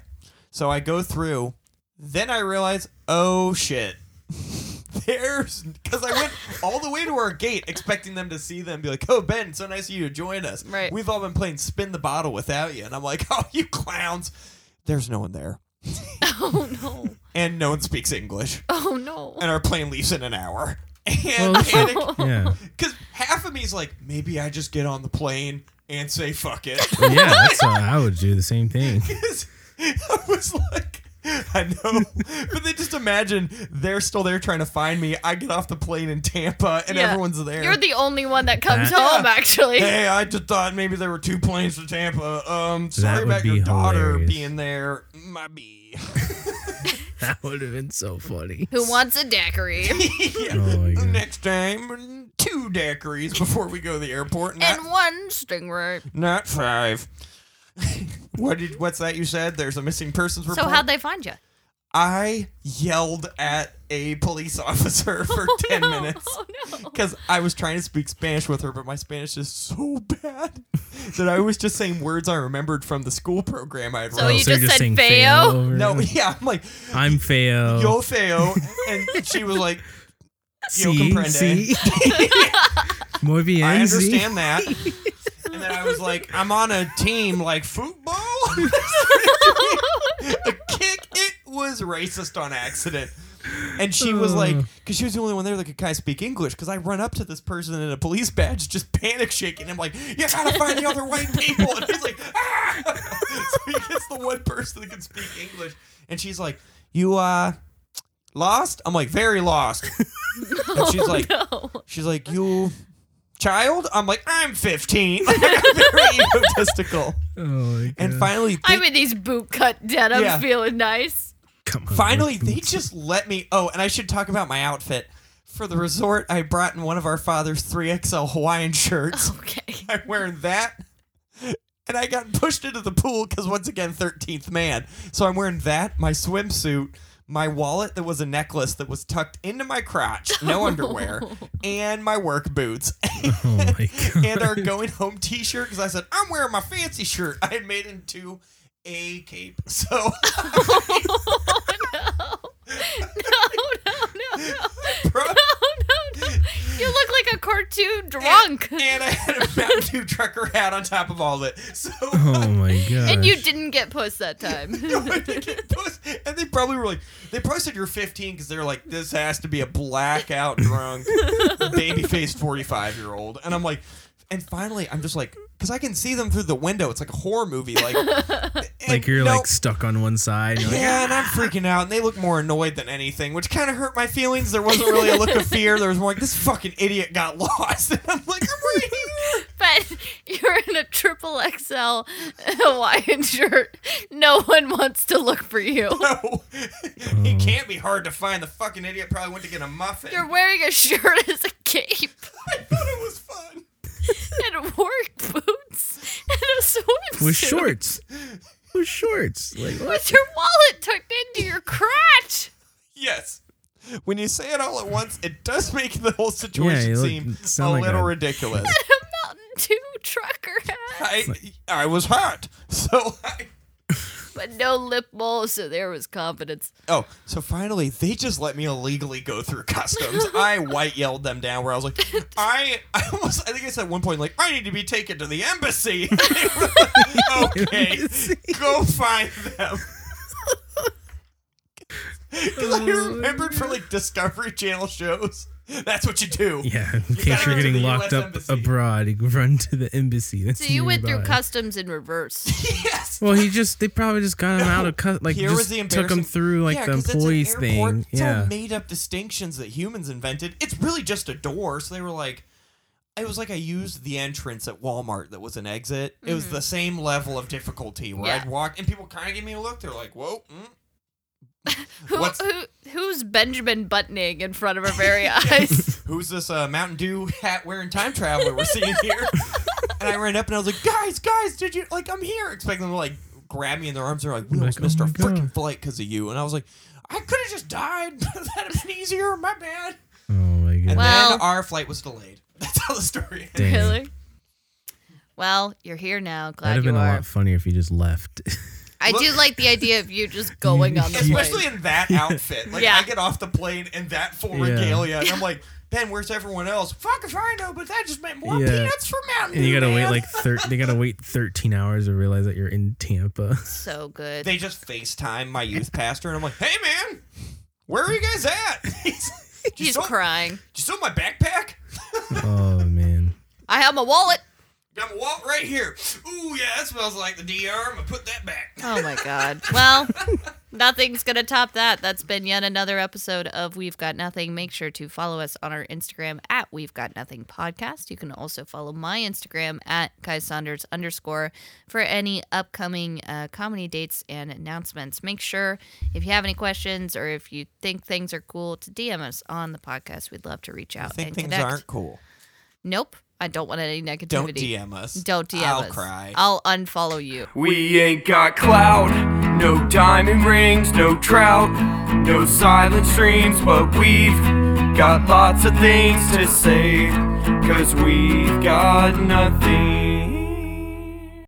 So I go through, then I realize, oh shit. [LAUGHS] There's because I went all the way to our gate expecting them to see them, be like, "Oh Ben, so nice of you to join us."
Right.
We've all been playing spin the bottle without you, and I'm like, [LAUGHS] "Oh, you clowns!" There's no one there,
Oh no.
and no one speaks English,
Oh no.
and our plane leaves in an hour. [LAUGHS] And
Well,
panic
[LAUGHS]
[LAUGHS]
Yeah.
because half of me's like, maybe I just get on the plane and say fuck it.
yeah, that's how I would do the same thing. [LAUGHS]
is- I was like, I know, but they just imagine they're still there trying to find me. I get off the plane in Tampa, and
Yeah.
everyone's there.
You're the only one that comes
That-
home, actually.
hey, I just thought maybe there were two planes to Tampa. Um, sorry
would
about your
be
daughter
hilarious.
being there. My bee.
That would have been so funny.
Who wants a daiquiri?
[LAUGHS] yeah. [LAUGHS]
Oh my God.
Next time, two daiquiris before we go to the airport. Not,
and one stingray.
not five. what did? What's that you said? There's a missing persons report.
So how'd they find you?
I yelled at a
[LAUGHS]
police officer for 10
Oh, no.
minutes
Oh,
[LAUGHS]
no.
because I was trying to speak Spanish with her, but my Spanish is so bad that I was just saying words I remembered from the school program I had
So
run.
you
Oh, you're
just said
saying
Feo?
over-
No, yeah, I'm like,
I'm Feo.
yo, Feo. And she was like, yo
Sí,
comprende. [LAUGHS]
sí. Muy bien.
I
sí.
understand that. And then I
[LAUGHS]
was like, I'm on a team like football. [LAUGHS] a kick. It was racist on accident. And she was like, because she was the only one there that could kind of speak English. Because I run up to this person in a police badge, just panic shaking. I'm like, you gotta find the other white people. And he's like, ah! [LAUGHS] so he gets the one person that can speak English. And she's like, you uh lost? I'm like, very lost. and she's like,
no.
She's like, you child? I'm like, I'm 15. Like, I'm [LAUGHS] very egotistical.
Oh my God.
And finally, they,
I'm in these boot cut denim
Yeah.
feeling nice.
Come on,
finally,
Rick.
they just let me. Oh, and I should talk about my outfit. For the resort, I brought in one of our father's 3XL Hawaiian
Oh.
[LAUGHS] shirts.
Okay. [LAUGHS]
I'm wearing that. And I got pushed into the pool because, once again, 13th man. So I'm wearing that, my swimsuit, my wallet that was a necklace that was tucked into my crotch, no underwear, and my work boots. [LAUGHS]
Oh my God.
and our going home T-shirt because I said I'm wearing my fancy shirt I had made into a cape. So [LAUGHS]
No, Oh, no, no, no,
bro,
no, no. [LAUGHS] You look like a cartoon drunk. And,
and I had a Mountain Dew trucker hat on top of all of it.
[LAUGHS]
So [LAUGHS]
Oh my God.
you didn't get puss that time.
I think it was- and they probably were like, they probably said you're 15 because they're like, this has to be a blackout drunk, baby faced 45 year old. And I'm like, and finally, I'm just like, because I can see them through the window. It's like a horror movie. Like,
like
and
you're
no-
like stuck on one side. and you're like,
Yeah, and I'm freaking out, and they look more annoyed than anything, which kind of hurt my feelings. There wasn't really a look of fear. There was more like, this fucking idiot got [LAUGHS] lost. And I'm like, I'm right here.
[LAUGHS] but you're in a triple XL Hawaiian shirt. No one wants to look for
[LAUGHS]
you.
No.
Hmm.
it can't be hard to find. The fucking idiot probably went to get a muffin. [LAUGHS]
You're wearing a shirt as a cape
I thought it was fun.
and work boots and a swimsuit.
with shorts. With shorts. Like what?
With your wallet tucked into your crotch.
Yes. When you say it all at once, it does make the whole situation
you look-
seem a
sound like
little
a-
ridiculous.
[LAUGHS]
A Mountain Dew trucker hat.
I, I was hot. [LAUGHS] So I.
But no lip bowl, so there was confidence.
Oh, so finally they just let me illegally go through customs. I white yelled them down where I was like, I, I almost, I think I said at one point like, I need to be taken to the embassy. And they were like, okay, go find them. [LAUGHS] Because I remembered for like Discovery Channel shows, that's what you do.
Yeah, in
gotta
case you're
run to the
getting
US
locked up
embassy.
abroad, you run to the embassy. That's
So you went through
nearby.
customs in reverse.
[LAUGHS] Yes.
Well, he just—they probably just got him out of cus- like
Here
just
was the
took
embarrassing.
him through like
Yeah,
the
'cause it's an
employees
airport.
thing.
It's all
yeah,
made up distinctions that humans invented. It's really just a door. So they were like, it was like I used the entrance at Walmart that was an exit. It
Mm-hmm.
was the same level of difficulty where
Yeah.
I'd walk and people kind of give me a look. They're like, whoa. Mm.
Who,
What's-
who who's Benjamin buttoning in front of our very
[LAUGHS]
eyes?
who's this uh, Mountain Dew hat wearing time traveler we're seeing
[LAUGHS]
here? and I ran up and I was like, guys, guys, did you like? I'm here, expecting them to like grab me in their arms. They're like, we almost
Like,
missed
oh
our
my God.
freaking flight because of you. And I was like, I could have just died. [LAUGHS] That'd have been easier. My bad.
oh my god,
And
Well-
then our flight was delayed. [LAUGHS] That's how the story ended.
Damn.
really? Well, you're here now.
that'd
Glad
have
you
been a
are.
lot funnier if you just left. [LAUGHS]
I do like the idea of you just going on the
Especially
plane.
in that outfit. Like
Yeah.
I get off the plane in that full
Yeah.
regalia, and I'm like, Ben, where's everyone else? Fuck if I know, but that just meant more
Yeah.
peanuts for Mountain
and you
Dew,
gotta wait
man.
like thir- they
[LAUGHS]
gotta wait 13 hours to realize that you're in Tampa.
So good.
they just FaceTime my
[LAUGHS]
youth pastor, and I'm like, hey, man, where are you guys at? [LAUGHS] He's, "Did you
He's
steal-
crying.
did You stole my backpack?
oh man,
I have my wallet.
Got my wallet right here. Ooh, yeah, that smells like the DR. I'm going to put that back.
Oh my god. Well, nothing's gonna top that. That's been yet another episode of We've Got Nothing. Make sure to follow us on our Instagram at We've Got Nothing Podcast. You can also follow my Instagram at Kai Saunders underscore for any upcoming uh, comedy dates and announcements. Make sure if you have any questions or if you think things are cool to DM us on the podcast. We'd love to reach out and connect.
cool.
Nope. I don't want any negativity.
Don't DM us.
Don't DM
I'll
us.
cry.
I'll unfollow you.
We ain't got clout, no diamond rings, no trout, no silent streams, but we've got lots of things to say, cause we've got nothing.